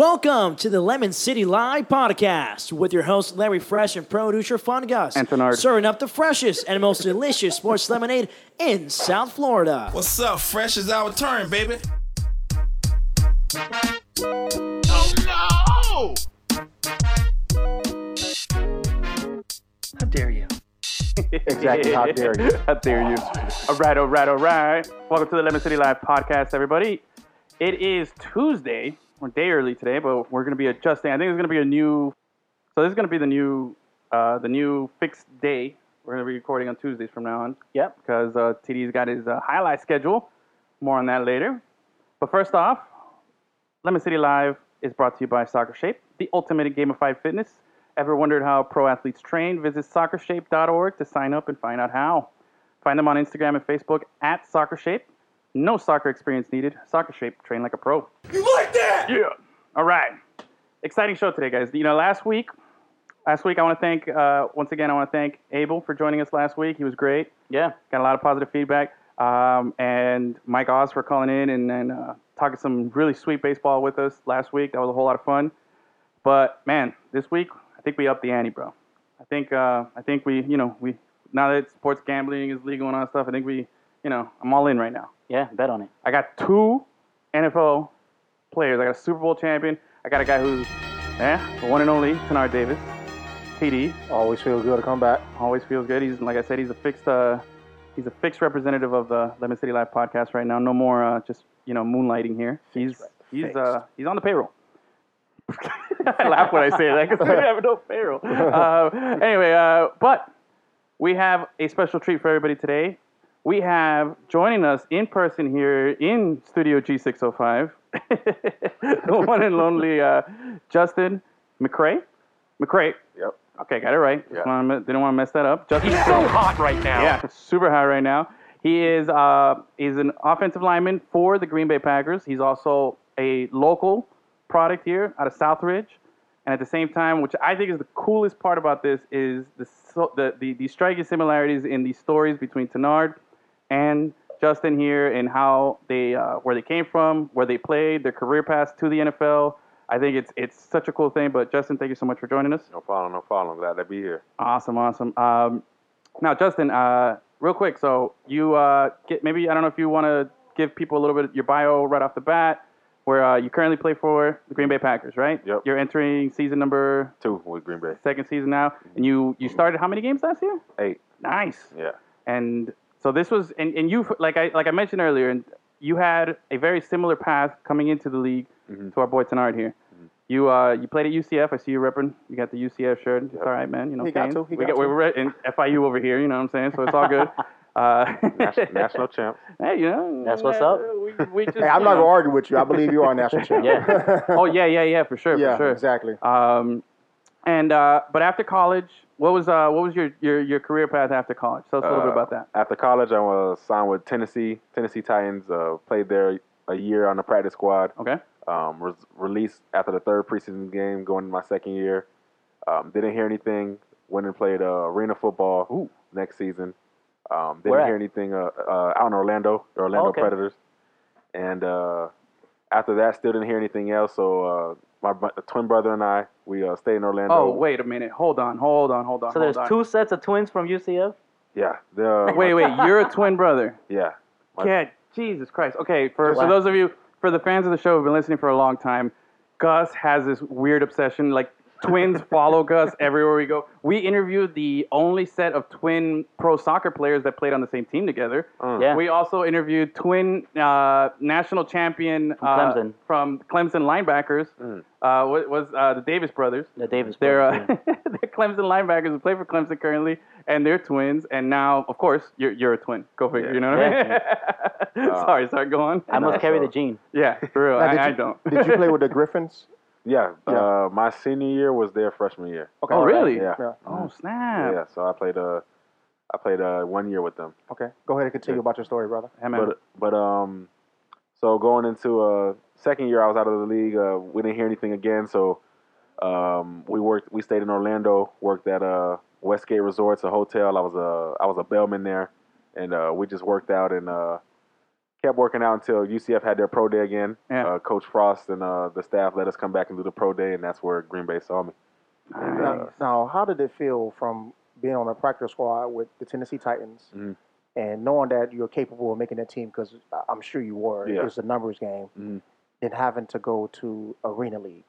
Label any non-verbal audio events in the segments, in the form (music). Welcome to the Lemon City Live podcast with your host Larry Fresh and producer Fun Gus. And Tenard. Serving up the freshest and most delicious sports lemonade in South Florida. What's up? Fresh is our turn, baby. Oh How dare you? Exactly. How dare you? (laughs) How dare you? All right, all right, all right. Welcome to the Lemon City Live podcast, everybody. It is Tuesday, or day early today, but we're going to be adjusting. I think it's going to be a new. So this is going to be the new, uh, the new fixed day. We're going to be recording on Tuesdays from now on. Yep, because uh, TD's got his uh, highlight schedule. More on that later. But first off, Lemon City Live is brought to you by Soccer Shape, the ultimate gamified fitness. Ever wondered how pro athletes train? Visit soccershape.org to sign up and find out how. Find them on Instagram and Facebook at Soccer Shape. No soccer experience needed. Soccer Shape, train like a pro. You like that? Yeah. All right. Exciting show today, guys. You know, last week, last week I want to thank uh, once again. I want to thank Abel for joining us last week. He was great. Yeah. Got a lot of positive feedback. Um, and Mike Oz for calling in and, and uh, talking some really sweet baseball with us last week. That was a whole lot of fun. But man, this week I think we upped the ante, bro. I think uh, I think we you know we now that sports gambling is legal and all that stuff. I think we you know I'm all in right now. Yeah. Bet on it. I got two NFL players. I got a Super Bowl champion. I got a guy who's, eh, the one and only, Tanar Davis. TD Always feel good to come back. always feels good. He's like I said, he's a fixed, uh, he's a fixed representative of the Lemon City Live podcast right now. No more uh, just you know moonlighting here. He's he's uh, he's on the payroll. (laughs) I laugh when I say that because we have no payroll. Uh, anyway, uh, but we have a special treat for everybody today. We have joining us in person here in Studio G605, (laughs) the one and lonely uh, Justin McCray. McCray. Yep. Okay, got it right. Just wanna- didn't want to mess that up. Justin no! McCray. So hot right now. Yeah, super high right now. He is uh, he's an offensive lineman for the Green Bay Packers. He's also a local product here out of Southridge, and at the same time, which I think is the coolest part about this is the so, the, the the striking similarities in the stories between Tenard and Justin here and how they uh, where they came from, where they played, their career paths to the NFL. I think it's it's such a cool thing. But Justin, thank you so much for joining us. No problem, no problem. Glad to be here. Awesome, awesome. Um, now, Justin, uh, real quick. So you uh, get maybe I don't know if you want to give people a little bit of your bio right off the bat, where uh, you currently play for the Green Bay Packers, right? Yep. You're entering season number Two with Green Bay. second season now, and you you started how many games last year? Eight. Nice. Yeah. And so this was, and, and you like I like I mentioned earlier, and you had a very similar path coming into the league Mm-hmm. to our boy Tenard here. You uh, you played at UCF. I see you repping. You got the UCF shirt. It's all right, man. You know, He got Canes. to, he we got got, to. we're at- in FIU over here. You know what I'm saying? So it's all (laughs) good. uh, National, national champ. (laughs) hey, you know That's what's up. We, (laughs) we just, Hey, I'm you not gonna know. argue with you. I believe you are (laughs) a national champ. Yeah. Oh yeah, yeah, yeah, for sure, (laughs) yeah. for sure. Exactly. Um, and uh, but after college, what was uh, what was your, your your career path after college? Tell us a little bit Uh, about that. After college, I was signed with Tennessee, Tennessee Titans. Uh, played there a year on the practice squad. Okay. Um, was released after the third preseason game, going into my second year. Um, didn't hear anything. Went and played uh, arena football next season. Um, didn't Where at? hear anything uh, uh, out in Orlando, the Orlando Okay. Predators. And uh, after that, still didn't hear anything else. So uh, my br- twin brother and I, we uh, stayed in Orlando. Oh wait a minute. Hold on. Hold on. Hold on. So hold there's on. two sets of twins from UCF. Yeah. The, (laughs) Wait, wait. You're (laughs) a twin brother. Yeah. My- Yeah. Jesus Christ. Okay. For, Wow. for those of you, for the fans of the show who've been listening for a long time, Gus has this weird obsession. Like (laughs) twins follow Gus everywhere we go. We interviewed the only set of twin pro soccer players that played on the same team together. Mm. Yeah. We also interviewed twin uh, national champion from Clemson. Mm. from Clemson linebackers. Uh, wa- was uh, the Davis brothers. The Davis. They're, uh, brothers, (laughs) they're Clemson linebackers who play for Clemson currently, and they're twins. And now, of course, you're, you're a twin. Go figure. You know what I mean? (laughs) sorry, sorry. Go on. yeah. I must carry the gene. yeah, for real. did I, I you- don't. (laughs) did you play with? the Griffins? Yeah, Uh, my senior year was their freshman year. Okay. oh, really? Yeah. Yeah. Oh, snap. Yeah, so I played uh, I played uh, one year with them. Okay. Go ahead and continue about your story, brother. Hey, man. But but um, so going into uh second year, I was out of the league. Uh, we didn't hear anything again, so um, we worked. We stayed in Orlando. Worked at uh Westgate Resorts, a hotel. I was a I was a bellman there, and uh, we just worked out and uh, kept working out until UCF had their pro day again. Yeah. Uh, Coach Frost and uh, the staff let us come back and do the pro day, and that's where Green Bay saw me. Now, now, how did it feel from being on a practice squad with the Tennessee Titans Mm-hmm. Mhm. and knowing that you're capable of making that team? Because I'm sure you were. Yeah. It was a numbers game. Mm-hmm. Mhm. Then having to go to Arena League.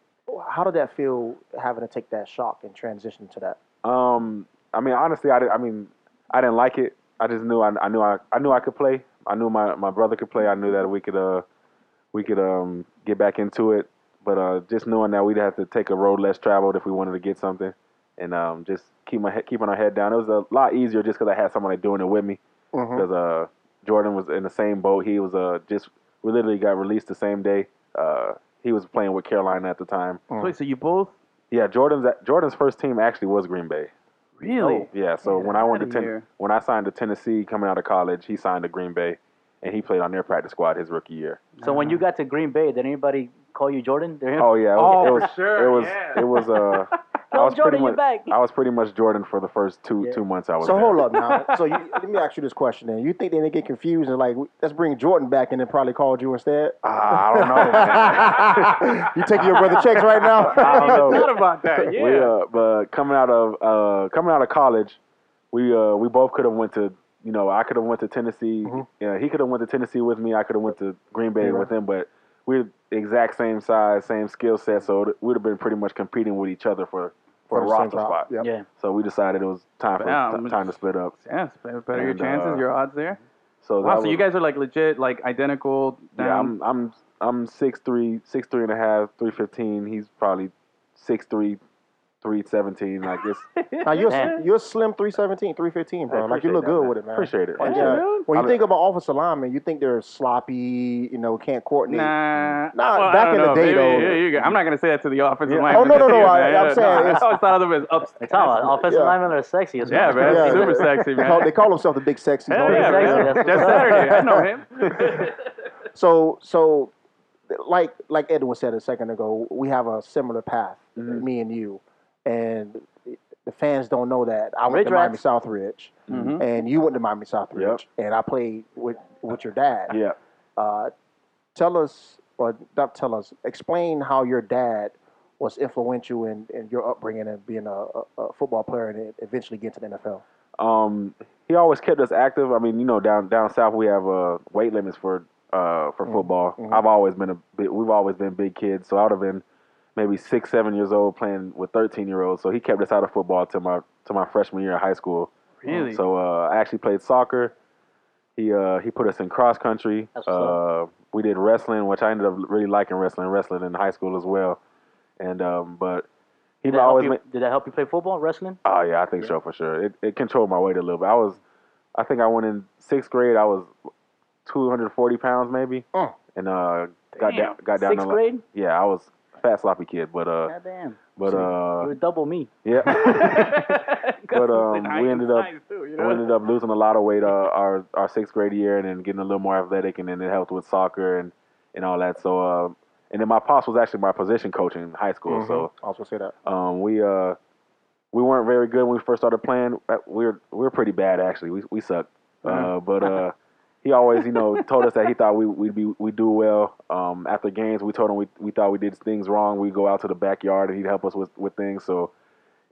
How did that feel having to take that shock and transition to that? Um, I mean, honestly, I, did, I mean, I didn't like it. I just knew I, I knew I, I knew I could play. I knew my, my brother could play. I knew that we could uh we could um get back into it. But uh, just knowing that we'd have to take a road less traveled if we wanted to get something, and um, just keep my head, keeping our head down. It was a lot easier just because I had someone like doing it with me. Uh-huh. Because uh, Jordan was in the same boat. He was uh just we literally got released the same day. Uh, he was playing with Carolina at the time. uh, So wait, so you both Yeah, Jordan's Jordan's first team actually was Green Bay. Oh. (laughs) really? Yeah, so Yeah, when I went to outta ten- here. when I signed to Tennessee coming out of college, he signed to Green Bay, and he played on their practice squad his rookie year. So when you got to Green Bay, did anybody call you Jordan? They're Oh yeah, it Oh, was, it for was sure, it was yeah. it (laughs) was uh, I Go, was Jordan, pretty you're much back. I was pretty much Jordan for the first two two months I was. So there. hold up now. So you, (laughs) let me ask you this question then. You think they didn't get confused and like, let's bring Jordan back and then probably called you instead? Ah, I don't know. man. (laughs) you taking your brother checks right I now? don't know. Thought about that. Yeah. (laughs) We, uh, but coming out of uh, coming out of college, we uh, we both could have went to you know I could have went to Tennessee. Mm-hmm. Yeah, he could have went to Tennessee with me. I could have went to Green Bay with him. But we're the exact same size, same skill set, so it would have been pretty much competing with each other for for, a the same roster job, spot. yep. Yeah. So we decided it was time for Yeah, t- time to split up. Yes, better better your And, chances, uh, your odds there. So that Wow, so was- you um, guys are like legit, like identical. Down. yeah, I'm I'm I'm six three, six three and a half, three fifteen. He's probably six three, three seventeen. Like (laughs) it's Now you're Man. you're slim 317, 315, I bro. like you appreciate look that, good man. with it, man. Appreciate it. Like, Appreciate yeah. it. When you I- think about offensive linemen, you think they're sloppy, you know, can't coordinate. Nah, Nah, Well, I back don't in the know. day, Maybe- though. yeah, you go- I'm not gonna say that to the offensive line. Oh, no, no, no, I- (laughs) I'm saying I it's- always thought of them as ups. That's how offensive Yeah. linemen are sexy as Yeah, well. man, Yeah. super sexy, They call, man. they call themselves the Big Sexies. Hell don't they? Oh, yeah, Exactly, man. that's- That's Saturday. I know (laughs) him. So so, like like Edwin said a second ago, we have a similar path, Mm-hmm. me and you, and the fans don't know that I went Ridge to Miami Rats. South Ridge, Mm-hmm. and you went to Miami South Ridge, and I played with with your dad. Yeah. Uh, tell us, or not tell us, explain how your dad was influential in, in your upbringing and being a, a, a football player and eventually getting to the NFL. um, he always kept us active. I mean, you know, down down south we have uh, weight limits for uh, for football. I've always been a big, we've always been big kids, so I'd have been maybe six, seven years old playing with thirteen year olds. So he kept us out of football to my to my freshman year of high school. Really? So uh, I actually played soccer. He uh, he put us in cross country. That's what's Uh, we did wrestling, which I ended up really liking wrestling, wrestling in high school as well. And um, but he Did that, help always you, ma- did that help you play football, wrestling? Oh yeah, I think so for sure. It it controlled my weight a little bit. I was, I think I went in sixth grade. I was 240 pounds maybe, Mm. and uh got down got down Sixth to grade? yeah. I was a fat sloppy kid, but uh God damn. but You were uh double me. yeah. (laughs) but (laughs) um, we ended up- I ended up losing a lot of weight uh, our our sixth grade year, and then getting a little more athletic, and then it helped with soccer and and all that. So uh, and then my pops was actually my position coach in high school, Mm-hmm. so. I was gonna say that. Um, we uh, we weren't very good when we first started playing. Uh, We were we were pretty bad actually. We we sucked. Uh-huh. Uh, but uh, he always you know (laughs) told us that he thought we we'd be we do well. Um, after games, we told him we we thought we did things wrong. We would go out to the backyard and he'd help us with with things. So.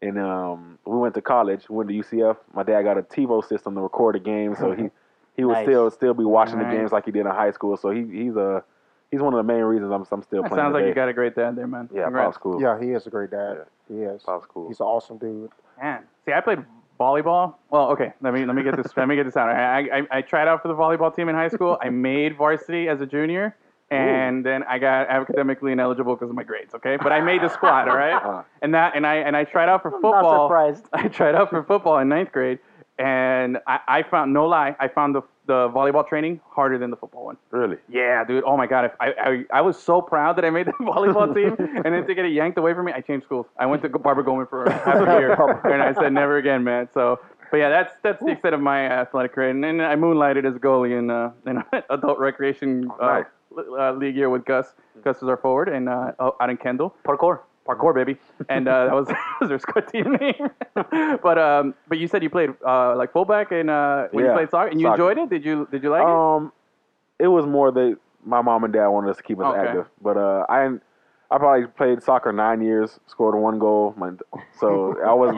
And um, we went to college. Went to UCF. My dad got a TiVo system to record the games, so (laughs) he he would Nice. still still be watching the Nice. games like he did in high school. So he he's a he's one of the main reasons I'm I'm still That playing. sounds like today. you got a great dad there, man. yeah, Congrats. Pop's cool. Yeah, he is a great dad. He is. Pop's cool. He's an awesome dude. Man. See, I played volleyball. Well, okay, let me let me get this let me get this out. I, I I tried out for the volleyball team in high school. I made varsity as a junior, and then I got academically ineligible because of my grades. Okay, but I made the squad. All Uh-huh. right, and that and I and I tried out for Not football. surprised. (laughs) I tried out for football in ninth grade, and I, I found no lie, I found the the volleyball training harder than the football one. Really? Yeah, dude. Oh my god, if I, I I was so proud that I made the (laughs) volleyball team, and then to get it yanked away from me, I changed schools. I went to Barbara Goldman for half a year, and I said never again, man. So, but yeah, that's that's the extent of my athletic career, and, and I moonlighted as a goalie in uh, in (laughs) adult recreation uh, Nice. l- uh, league year with Gus. Gus was our forward, and uh, out in Kendall. Parkour. Parkour, baby, and uh, that was (laughs) that was their squad team (laughs) name. but um, but you said you played uh, like fullback, and uh, when Yeah, you played soccer, and you soccer. enjoyed it. Did you did you like it? Um, it was more that my mom and dad wanted us to keep us Okay. active. But uh, I I probably played soccer nine years, scored one goal, my, so (laughs) I was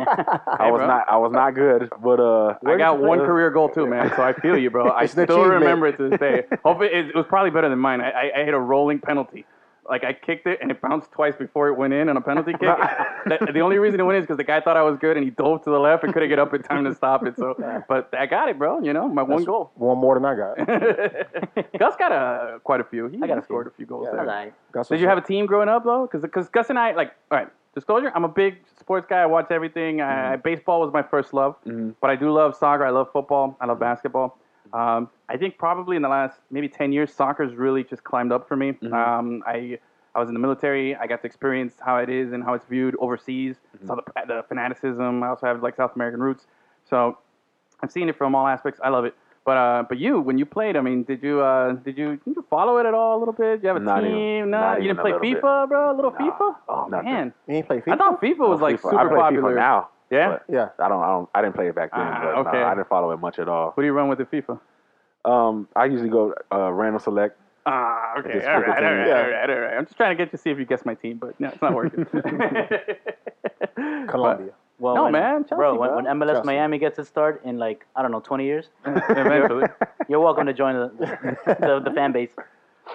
I was bro. not I was not good. But uh, I got one uh, career goal too, man. So I feel you, (laughs) bro. I It's an still achievement. remember it to this day. Hopefully, it, it was probably better than mine. I, I, I hit a rolling penalty. Like I kicked it and it bounced twice before it went in on a penalty kick. (laughs) the, the only reason it went in is because the guy thought I was good and he dove to the left and couldn't get up in time to stop it. So, but I got it, bro. You know, my one goal. One more than I got. (laughs) Gus got a quite a few. He I got a few. scored a few goals. Yeah. there. All right. Gus Did is- you have a team growing up though? Because Gus and I like all right. Disclosure: I'm a big sports guy. I watch everything. I, baseball was my first love, but I do love soccer. I love football. I love basketball. Um, I think probably in the last maybe 10 years, soccer's really just climbed up for me. Um, I I was in the military. I got to experience how it is and how it's viewed overseas. Saw the, the fanaticism. I also have like South American roots. So I've seen it from all aspects. I love it. But uh, but you, when you played, I mean, did you uh, did you did you follow it at all a little bit? Did you have a Not team? even- no, not you even didn't a play little bit. FIFA, bro. A little Nah, FIFA. Oh nothing. man, You ain't play FIFA? I thought FIFA was like FIFA. super I play popular. FIFA now. Yeah? but yeah. I don't I don't I didn't play it back then. Ah, but, no, okay. I didn't follow it much at all. What do you run with the FIFA? Um, I usually go uh, random select. Ah, okay, Just all pick a right, all team. right, Yeah. all right, all right. I'm just trying to get you to see if you guess my team, but no, it's not (laughs) (laughs) working. Colombia. Well, No, when- man, Chelsea, bro, when, bro. when MLS Chelsea. Miami gets its start in like I don't know 20 years, Eventually. you're welcome to join the the, the fan base.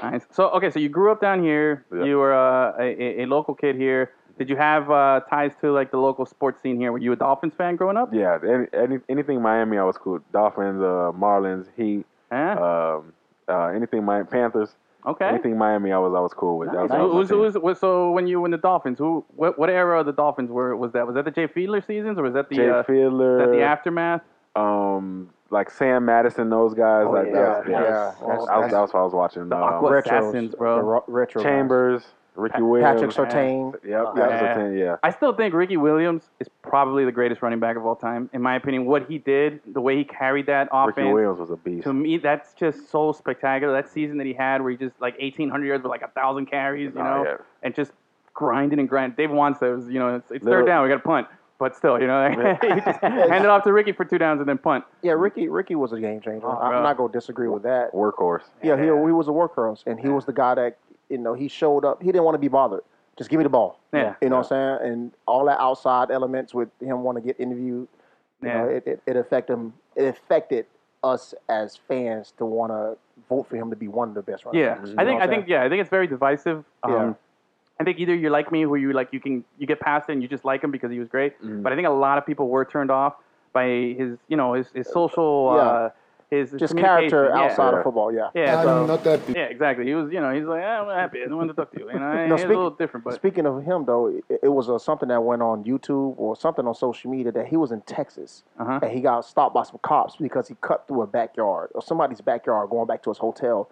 Nice. So okay, so you grew up down here. Yeah. You were uh, a, a- a local kid here. Did you have uh, ties to like the local sports scene here? Were you a Dolphins fan growing up? Yeah, any, any, anything Miami, I was cool. Dolphins, uh, Marlins, Heat, Huh? um, uh, anything Miami, Panthers, okay. Uh, anything Miami, I was I was cool with. That was, So, that was my who's- team. who's- who's- so when you when the Dolphins, who what, what era of the Dolphins were was that? Was that the Jay Fiedler seasons or was that the Jay uh, was that Fiedler, the aftermath? um, like Sam Madison, those guys. Oh, like that was, yeah, yeah. That, was, That's- that was what I was watching. Aqua Um, Retros. Assassins, bro. The ro- retro guys. Chambers, Ricky Patrick Williams, Sertain. Yep, Yeah. yeah, Sertain, yeah. I still think Ricky Williams is probably the greatest running back of all time, in my opinion. What he did, the way he carried that offense, Ricky Williams was a beast. to me, that's just so spectacular. That season that he had, where he just like 1,800 yards with like a thousand carries, you Oh, know, yeah. and just grinding and grinding. Dave Wan says, you know, it's, it's third Little- down, we got to punt, but still, you know, (laughs) he (laughs) just hand it off to Ricky for two downs and then punt. Yeah, Ricky Ricky was a game changer. Oh, bro. I'm not gonna disagree with that. Workhorse. Yeah, he, he was a workhorse, and he was the guy that you know he showed up. He didn't want to be bothered. Just give me the ball. Yeah. you know what I'm saying. And all that outside elements with him want to get interviewed. You Yeah. know, it, it it affected him. It affected us as fans to want to vote for him to be one of the best. running Yeah, backs. I You know think what I I'm think yeah, I think it's very divisive. Um, Yeah. I think either you're like me, where you like you can you get past it and you just like him because he was great. Mm-hmm. But I think a lot of people were turned off by his you know his, his social Yeah. uh, his, his saying? just communication. character Yeah. outside Yeah. of football. Yeah. Yeah, so- not that yeah, exactly. He was you know he's like "Ah, I'm happy. I don't want to talk to you. You (laughs) know, he's a speak- little different, but Speaking of him though, it, it was uh, something that went on YouTube or something on social media that he was in Texas Uh-huh. and he got stopped by some cops because he cut through a backyard or somebody's backyard going back to his hotel,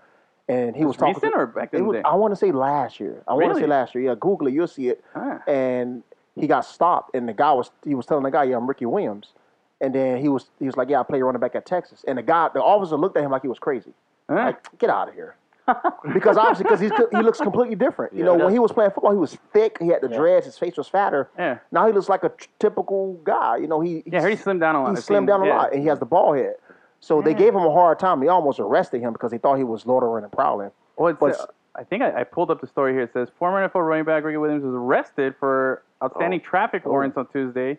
and he was talking. recent to, or back in it the was- day? I want to say last year. I want to Really? say last year. Yeah, Google it, you'll see it. Ah. And he got stopped, and the guy was he was telling the guy, "Yeah, I'm Ricky Williams," and then he was he was like, "Yeah, I play running back at Texas," and the guy the officer looked at him like he was crazy. Huh? Like, get out of here. (laughs) because obviously, because he looks completely different. You know, when he was playing football, he was thick. He had the dreads. His face was fatter. Yeah. Now he looks like a t- typical guy. You know, he yeah, I heard he slimmed down a lot. he I've seen- slimmed down a yeah. lot, and he has the ball head. So they gave him a hard time. They almost arrested him because they thought he was loitering and prowling. Well, it's, But- uh, I think I, I pulled up the story here. It says former NFL running back Ricky Williams was arrested for outstanding traffic warrants on Tuesday.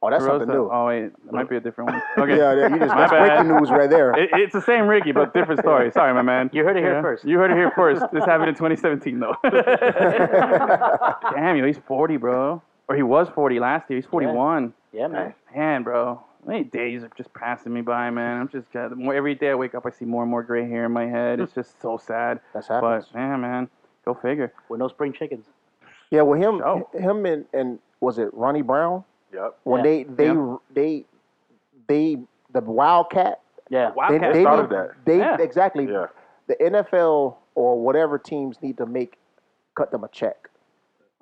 Oh, that's Rosa- something new. Oh wait, it might be a different (laughs) one. Okay. yeah, yeah, you (laughs) just My that's bad. breaking news right there. (laughs) It, it's the same Ricky, but different (laughs) story. Sorry, my man. You heard it here first. You heard it here first. This happened in 2017, (laughs) though. (laughs) Damn, yo, he's 40, bro. Or he was 40 last year. He's 41. Yeah, man. Man, bro. Many days are just passing me by, man. I'm just got the more every day I wake up, I see more and more gray hair in my head. It's just so sad. That's But happens. man, man, go figure. With no spring chickens. yeah, well, him, Oh. him, and, and was it Ronnie Brown? Yep. When they they, Yeah. they they the Wildcat. Yeah. They, Wildcat they started need- that. They Yeah. exactly. Yeah. The NFL or whatever teams need to make cut them a check.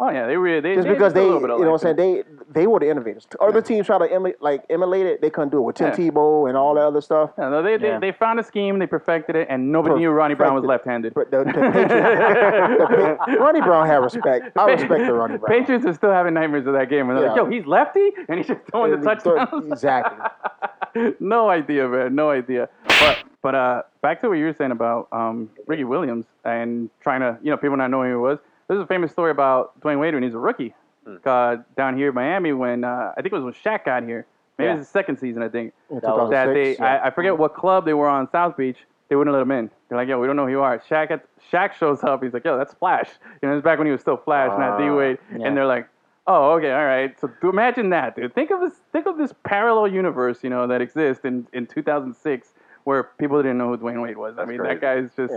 Oh yeah, they really they Just they because did they, a you little bit know of what I'm like saying, they they were the innovators. Other teams try to emulate, like emulate it, they couldn't do it with Tim Yeah. Tebow and all that other stuff. Yeah, no, they, Yeah. they, they found a scheme, they perfected it, and nobody knew Ronnie Brown was left-handed. But The, the (laughs) Patriots, (laughs) the, Pa- Ronnie Brown had respect. I respect the Ronnie Brown. Patriots are still having nightmares of that game. And they're Yeah. like, yo, he's lefty? And he's just throwing the touchdowns? (laughs) Exactly. no idea, man. No idea. But But uh, back to what you were saying about um, Ricky Williams and trying to, you know, people not knowing who he was. There's a famous story about Dwayne Wade when he's a rookie Hmm. uh, down here in Miami when uh, I think it was when Shaq got here. Maybe it was his second season, I think. was- That they, 2006, yeah. I, I forget what club they were on South Beach. They wouldn't let him in. They're like, yo, we don't know who you are. Shaq, at, Shaq shows up. He's like, yo, that's Flash. You know, it's back when he was still Flash, Uh, not D Wade. And they're like, oh, okay, all right. So do, imagine that, dude. Think of this. Think of this parallel universe, you know, that exists in, in 2006 where people didn't know who Dwayne Wade was. I mean, that guy's just.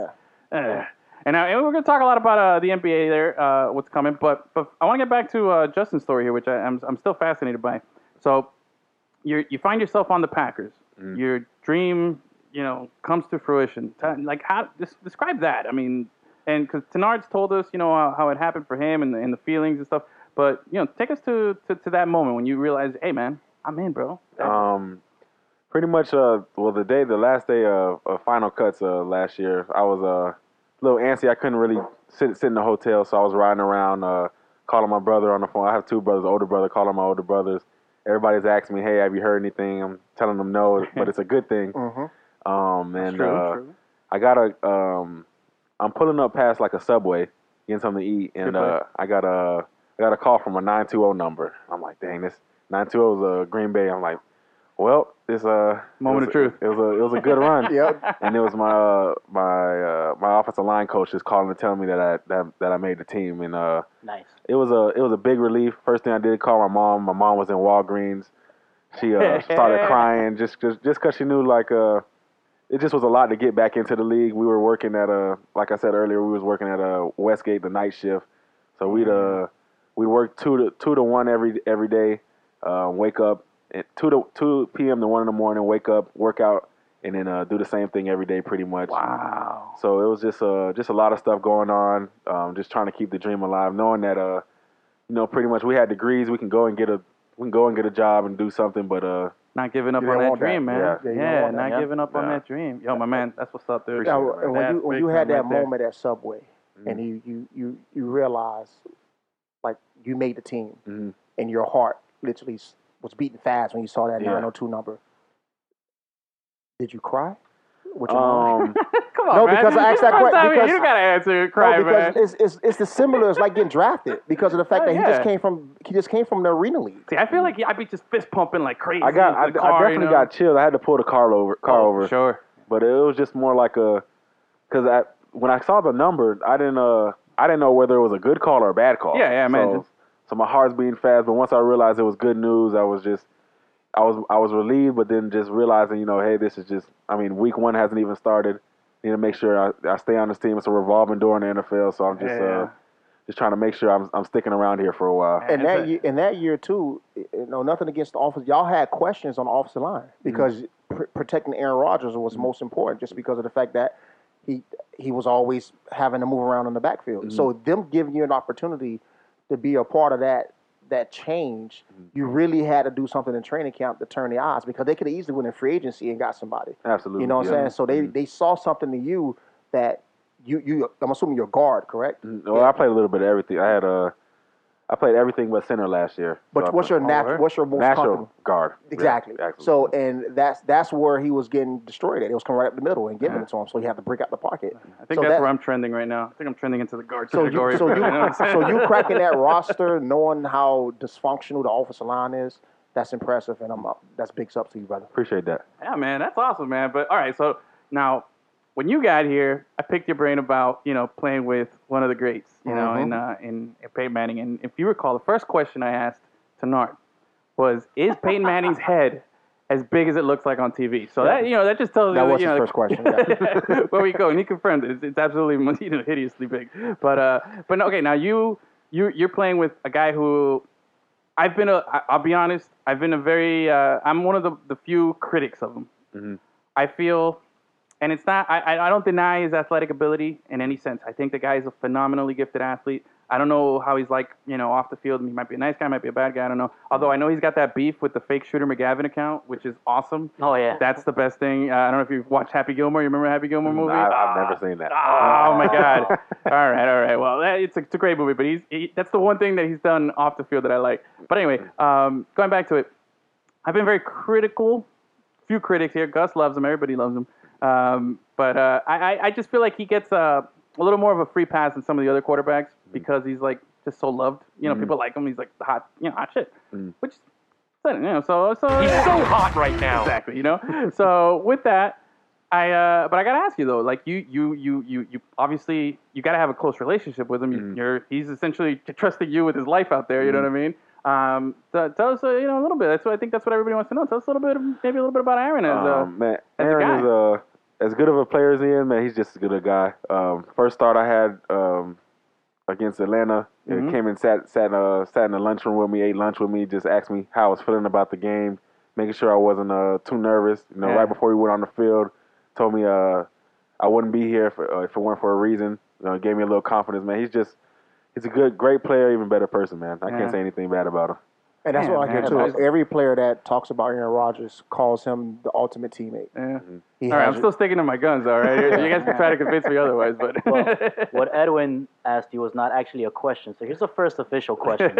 eh. And, I, and we're going to talk a lot about uh, the NBA there, uh, what's coming. But but I want to get back to uh, Justin's story here, which I, I'm I'm still fascinated by. So you you find yourself on the Packers. Mm. Your dream, you know, comes to fruition. T- Like how des- describe that? I mean, and because Tenard's told us, you know, how, how it happened for him and the, and the feelings and stuff. But you know, take us to, to to that moment when you realize, hey, man, I'm in, bro. Um, pretty much. Uh, well, the day, the last day of, of final cuts uh, last year, I was uh, a little antsy. I couldn't really sit sit in the hotel, so I was riding around, uh, calling my brother on the phone. I have two brothers, older brother, calling my older brothers. Everybody's asking me, "Hey, have you heard anything?" I'm telling them no, but it's a (laughs) good thing. Um, and Mm-hmm. True, uh, true. I got a um I'm pulling up past like a subway, getting something to eat, Good and place. uh I got a I got a call from a nine two oh number. I'm like, dang, this nine two oh is a Green Bay. I'm like, well, this uh Moment of it was- truth. It was a it was a (laughs) good run. Yep. And it was my uh, my uh, my offensive line coach just calling to tell me that I that, that I made the team and uh Nice. it was a it was a big relief. First thing I did call my mom. My mom was in Walgreens. She uh, started crying just just just because she knew like uh it just was a lot to get back into the league. We were working at a like I said earlier, we was working at a Westgate the night shift, so we'd uh we worked two to two to one every every day. Uh, wake up at two to two p.m. to one in the morning. Wake up, work out, and then uh, do the same thing every day pretty much. Wow. So it was just uh just a lot of stuff going on. Um, just trying to keep the dream alive, knowing that uh you know pretty much we had degrees, we can go and get a we can go and get a job and do something, but uh Not giving up You on don't that want that. dream, man. Yeah, Yeah, you don't want not that. giving up on Yeah. that dream. Yo, my man, that's what's up, dude. Appreciate Now, it, man. and when you That's when big you time had that right there. Mm-hmm. moment at Subway, and you, you you you realize, like you made the team, Mm-hmm. Mhm. and your heart literally s- was beating fast when you saw that Yeah. 902 number. Did you cry? With your mom? um (laughs) Come on, No, man. because I asked that Come on, question- Tommy, because- you gotta answer, No, cry, man. because it's, it's it's the similar. It's like getting drafted because (laughs) of the fact Oh, that he just yeah. came from he just came from the arena league. See, I feel like I'd be just fist pumping like crazy. I got into I, the I car, definitely you know? got chilled. I had to pull the car over car Oh, over. Sure. but it was just more like a because I when I saw the number, I didn't uh I didn't know whether it was a good call or a bad call. Yeah, yeah, I imagine. So, so my heart's beating fast, but once I realized it was good news, I was just I was I was relieved, but then just realizing you know hey this is just I mean week one hasn't even started. Need to make sure I, I stay on this team. It's a revolving door in the NFL, so I'm just Yeah. uh just trying to make sure I'm I'm sticking around here for a while. And That's that it. year, and that year too, you know, nothing against the offense. Y'all had questions on the offensive Mm-hmm. line because pr- protecting Aaron Rodgers was most important, just because of the fact that he he was always having to move around in the backfield. So Mm-hmm. them giving you an opportunity to be a part of that that change, Mm-hmm. you really had to do something in training camp to turn the odds because they could have easily went in free agency and got somebody. Absolutely, You know what I'm yeah. Mm-hmm. saying? So they they saw something in you that you you I'm assuming you're a guard, correct? Well, I played a little bit of everything. I had uh I played everything but center last year. But So I what's your played- nat- what's your most comfortable? natural guard? Yeah, Exactly. So and that's that's where he was getting destroyed at. It was coming right up the middle and giving it to him. So he had to break out the pocket. I think so that's that- where I'm trending right now. I think I'm trending into the guard So category. you (laughs) so You know what you I'm saying? so you cracking that roster, knowing how dysfunctional the offensive line is, that's impressive, and I'm up. That's big ups to you, brother. Appreciate that. Yeah, man, that's awesome, man. But all right, so now when you got here, I picked your brain about you know playing with one of the greats, you know, in, uh, Mm-hmm. in in Peyton Manning. And if you recall, the first question I asked to Nart was, "Is Peyton Manning's head as big as it looks like on TV?" So that you know that just tells That you was you his know, first (laughs) question. yeah. where we go, and he confirmed it. It's, it's absolutely (laughs) you know, hideously big. But uh, but no, okay, now you you you're playing with a guy who I've been a I- I'll be honest, I've been a very uh, I'm one of the, the few critics of him. I feel, and it's not I I I don't deny his athletic ability in any sense. I think the guy is a phenomenally gifted athlete. I don't know how he's like, you know, off the field. He might be a nice guy, might be a bad guy. I don't know. Although I know he's got that beef with the fake shooter McGavin account, which is awesome. Oh yeah. That's the best thing. Uh, I don't know if you've watched Happy Gilmore. You remember Happy Gilmore movie? I, I've never seen that. Oh (laughs) my God! all right, all right. Well, that, it's, a, it's a great movie, but he's he, that's the one thing that he's done off the field that I like. But anyway, um, going back to it, I've been very critical. Few critics here. Gus loves him. Everybody loves him. Um, but uh, I, I- I just feel like he gets uh, a little more of a free pass than some of the other quarterbacks Mm-hmm. because he's like just so loved. You know, people like him. He's like the hot, you know, hot shit. Which, is- you know, so so He's so hot right now. exactly. You know. so with that, I uh, but I gotta ask you though, like you you you you you obviously you gotta have a close relationship with him. You- You're he's essentially trusting you with his life out there. You know what I mean? Um, so tell us uh, you know a little bit. That's what I think. That's what everybody wants to know. Tell us a little bit, maybe a little bit about Aaron as uh, Um, man, as a Aaron is uh, as good of a player as he is. Man, he's just as good a guy. Um, first start I had um, against Atlanta, He Mm-hmm. came and sat sat in, uh, sat in the lunchroom with me, ate lunch with me, just asked me how I was feeling about the game, making sure I wasn't uh, too nervous. You know, Yeah. right before we went on the field, told me uh, I wouldn't be here if, uh, if it weren't for a reason. You know, gave me a little confidence. Man, he's just he's a good, great player, even better person. Man, I Yeah. can't say anything bad (laughs) about him. And that's Yeah, what I man. hear too. is Every player that talks about Aaron Rodgers calls him the ultimate teammate. Yeah. He All right, has I'm it. still sticking to my guns. All right, you guys can try to convince me otherwise, but What Edwin asked you was not actually a question. So here's the first (laughs) official question.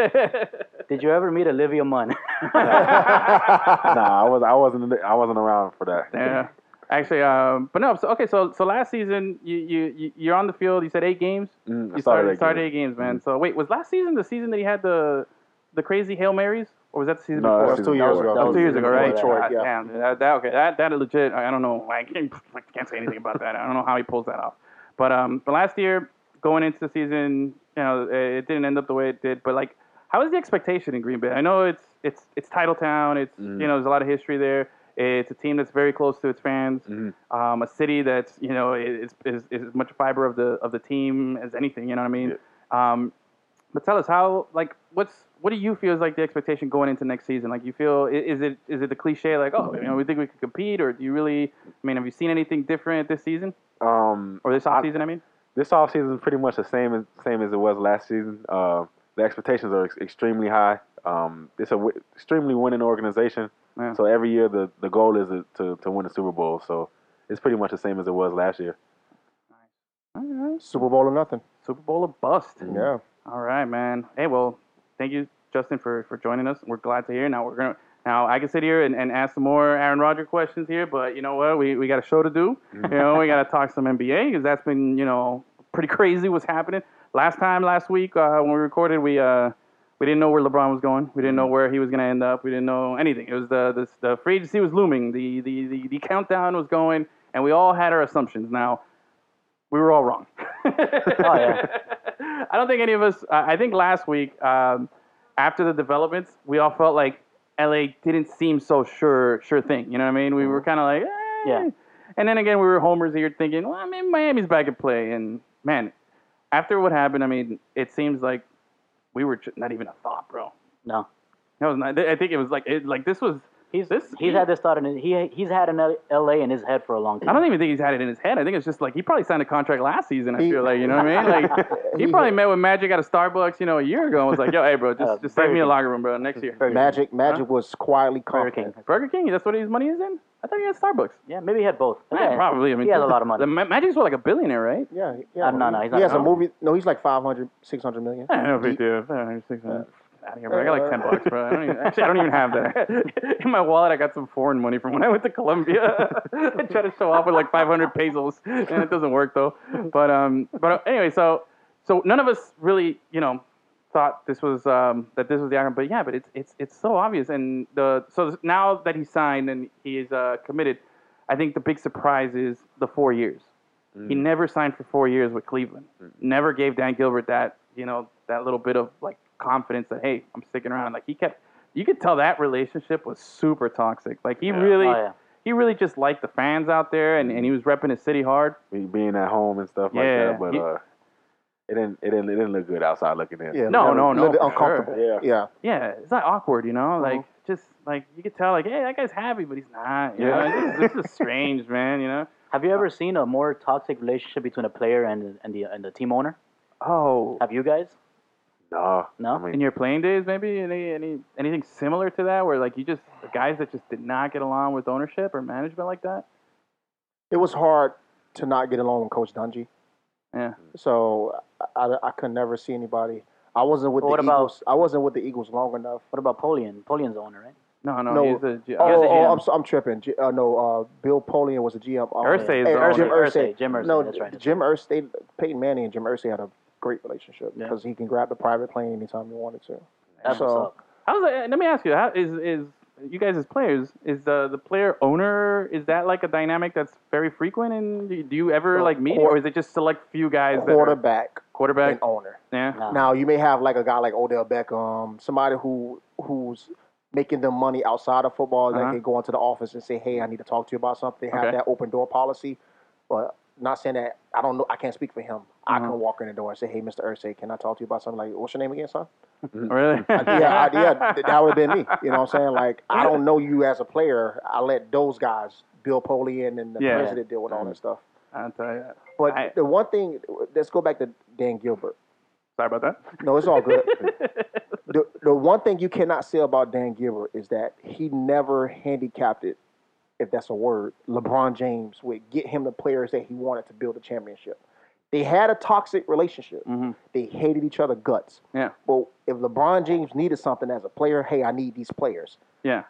Did you ever meet Olivia Munn? (laughs) nah, I was I wasn't I wasn't around for that. yeah. Actually, um, but no. So okay, so so last season you you you- you're on the field. You said eight games. Mm, I you started started eight Mm. started eight games, man. So wait, was last season the season that he had the the crazy hail marys, or was that the season No, before? that's two years ago. That was two years ago, right? Detroit, God yeah. damn, dude, that, that okay. That that legit. I I don't know. I can't, I can't say anything about that. I don't know how he pulls that off. But um, but last year going into the season, you know, it it didn't end up the way it did. But like, how is the expectation in Green Bay? I know it's it's it's title town. It's you know, there's a lot of history there. It's a team that's very close to its fans. Um, a city that's you know is, is is as much fiber of the of the team as anything. You know what I mean? Um, but tell us how, like, what's what do you feel is like the expectation going into next season? Like, you feel i- is it is it the cliche like, oh, you know, we think we could compete, or do you really? I mean, have you seen anything different this season Um, or this offseason? I mean, this offseason is pretty much the same as same as it was last season. Uh, the expectations are ex- extremely high. Um, it's a w- extremely winning organization. Yeah. So every year the, the goal is to, to, to win the Super Bowl. So it's pretty much the same as it was last year. Super Bowl or nothing. Super Bowl or bust. Yeah. All right, man. Hey, well, thank you, Justin, for for joining us. We're glad to hear. Now we're gonna. Now I can sit here and, and ask some more Aaron Rodgers questions here, but you know what? We, we got a show to do. You know, we got to talk some NBA because that's been you know pretty (laughs) crazy what's happening. Last time last week uh, when we recorded, we uh we didn't know where LeBron was going. We didn't know where he was gonna end up. We didn't know anything. It was the the, the free agency was looming. The, the the the countdown was going, and we all had our assumptions. Now we were all wrong. (laughs) yeah. I don't think any of us. I I think last week, um, after the developments, we all felt like LA didn't seem so sure, sure thing. You know what I mean? We were kind of like, eh. Yeah. And then again, we were homers here, thinking, well, I mean, Miami's back in play. And man, after what happened, I mean, it seems like we were ju- not even a thought, bro. no. That was not. I think it was like, it, like this was. He's This- he's had this thought in his, he he's had an L- LA in his head for a long I time. don't even think he's had it in his head. I think it's just like he probably signed a contract last season. I He- feel like you know what I mean. Like he He- probably met with Magic at a Starbucks, you know, a year ago, and was like, "Yo, hey, bro, just Uh, just take me Burger a King. loger room, bro, next year." Magic Magic was quietly confident. King. Burger King, that's what his money is in. I thought he had Starbucks. Yeah, maybe he had both. Yeah, probably. I mean, he has a lot of (laughs) money. The Ma- Magic's were like a billionaire, right? Yeah, yeah. Uh, no, no, he's not- he has no. a movie. No, he's like 500, 600 million. I don't know if we do. I don't know, six hundred. Out of Eh, here, bro. I got like ten bucks, bro. I don't even, actually, I don't even have that. (laughs) In my wallet, I got some foreign money from when I went to Colombia. (laughs) I tried to show off with like 500 pesos, and it doesn't work though. But um, but anyway, so so none of us really, you know, thought this was um that this was the outcome. But yeah, but it's it's it's so obvious, and the so now that he's signed and he is uh, committed, I think the big surprise is the four years. He never signed for four years with Cleveland. Never gave Dan Gilbert that, you know, that little bit of like confidence that hey, I'm sticking around. Like he kept, you could tell that relationship was super toxic. Like he really, Oh, yeah. he really just liked the fans out there, and, and he was repping his city hard. Be- Being at home and stuff Yeah. like that. But You- uh, it didn't it didn't it didn't look good outside looking in. (laughs) Yeah, No, a little- no, no, little bit for sure. uncomfortable. Yeah. Yeah, Yeah, it's not awkward, you know. Like just like you could tell, like hey, that guy's happy, but he's not. You Yeah. know? this, is- this is strange, man. You know. Have you ever seen a more toxic relationship between a player and and the and the team owner? Oh, Have you guys? No. No? I mean, in your playing days, maybe any, any anything similar to that, where like you just the guys that just did not get along with ownership or management like that. it was hard to not get along with Coach Dungy. Yeah. So I, I, I could never see anybody. I wasn't with What the about- Eagles. I wasn't with the Eagles long enough. What about Polian? Polian's the owner, right? No, no, No. he's a. G- Oh, he was a oh, GM. I'm, so- I'm tripping. G- uh, no, uh, Bill Polian was a GM. Oh, Irsay is man. the Jim owner. Irsay. Irsay, Jim Irsay, No, that's right. Jim Irsay, Peyton Manning and Jim Irsay had a great relationship because he can grab the private plane anytime he wanted to. That's so- what's up. How's that? Let me ask you. How is is you guys as players is the the player owner is that like a dynamic that's very frequent and do you- do you ever like meet Quar- or is it just select few guys that are Quarterback and quarterback? owner. Yeah. Nah. Now you may have like a guy like Odell Beckham, somebody who who's making them money outside of football. They Uh-huh. can go into the office and say, "Hey, I need to talk to you about something." Have Okay. that open door policy, but not saying that I don't know. I can't speak for him. I Uh-huh. can walk in the door and say, "Hey, Mr. Ursay, can I talk to you about something?" Like, what's your name (laughs) again, son? Really? (laughs) yeah, I, yeah, th- that would have been me. You know what I'm saying? Like, I don't know you as a player. I let those guys, Bill Polian and the Yeah. president, deal with all that stuff. (laughs) I'll tell you. But I- the one thing, let's go back to Dan Gilbert. Sorry about that. No, it's (laughs) all good. the, the one thing you cannot say about Dan Gilbert is that he never handicapped it, if that's a word, LeBron James would get him the players that he wanted to build a championship. They had a toxic relationship. Mm-hmm. They hated each other guts. Yeah. Well, if LeBron James needed something as a player, hey, I need these players. Yeah.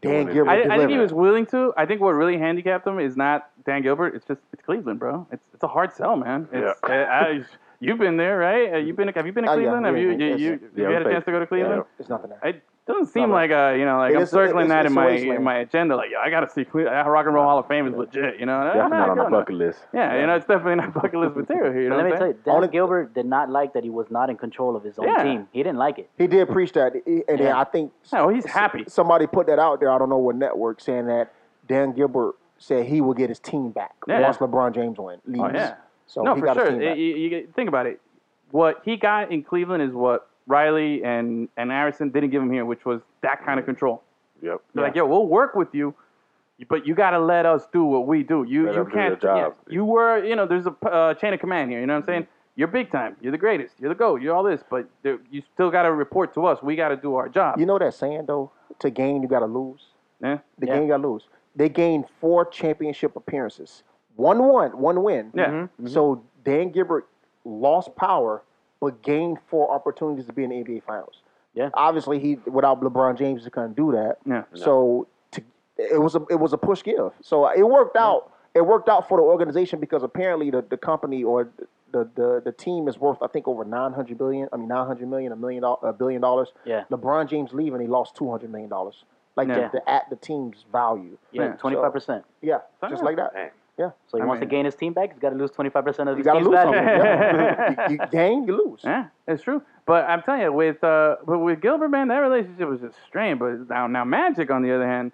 Dan Gilbert I, I think he delivered. was willing to. I think what really handicapped him is not Dan Gilbert. It's just it's Cleveland, bro. It's it's a hard sell, man. It's, uh, I- I- you've been there, right? Uh, You've been. Have you been to Oh, yeah, Cleveland? have yeah, you yeah, you, yes, you, yeah. you Yeah, had a we chance to go to Cleveland? There's nothing there. It doesn't seem like a you know like It I'm is- circling it's- that it's in my wasteland. in my agenda. Like, yo, I gotta see Cle- uh, Rock and Roll Hall of Fame is legit. You know, That's I'm not on the going there. bucket list. Yeah, you know, it's definitely not bucket list material here. You know Let me what tell I'm you, Dan Only- Gilbert did not like that he was not in control of his own Yeah. team. He didn't like it. He did preach that, and then I think saying? No, he's happy. somebody put that out there. I don't know what network saying that Dan Gilbert said he will get his team back Yeah. once LeBron James win, leaves. Oh, yeah. So no, he for got sure. his team back. It- you- you- think about it. What he got in Cleveland is what Riley and and Harrison didn't give him here, which was that kind of control. Yep. They're like, yo, we'll work with you, but you got to let us do what we do. You Let you us do can't. your yeah, job. you were, you know, there's a uh, chain of command here. You know what I'm saying? You're big time. You're the greatest. You're the GOAT. You're all this, but there- you still got to report to us. We got to do our job. you know that saying though, to gain you got to lose. Yeah. The game you got to lose. They gained four championship appearances, one one, one win. Yeah. Mhm. So Dan Gilbert lost power, but gained four opportunities to be in the NBA Finals. Yeah. Obviously, he without LeBron James, he couldn't do that. Yeah. So to, it was a it was a push give. So it worked out. It worked out for the organization because apparently the, the company or the, the the team is worth I think over nine hundred billion. I mean nine hundred million, a million doll- a billion dollars. Yeah. LeBron James leaving, he lost two hundred million dollars. Like Yeah. the, the at the team's value. Yeah, so- twenty five percent. Yeah, just like that. Yeah, So he I wants mean- to gain his team back. He's got to lose twenty five percent of you his gotta team's lose something. value. (laughs) Yeah. you, you gain, you lose. Yeah, it's true. But I'm telling you, with uh, but with Gilbert, man, that relationship was just strained. But now, now Magic, on the other hand,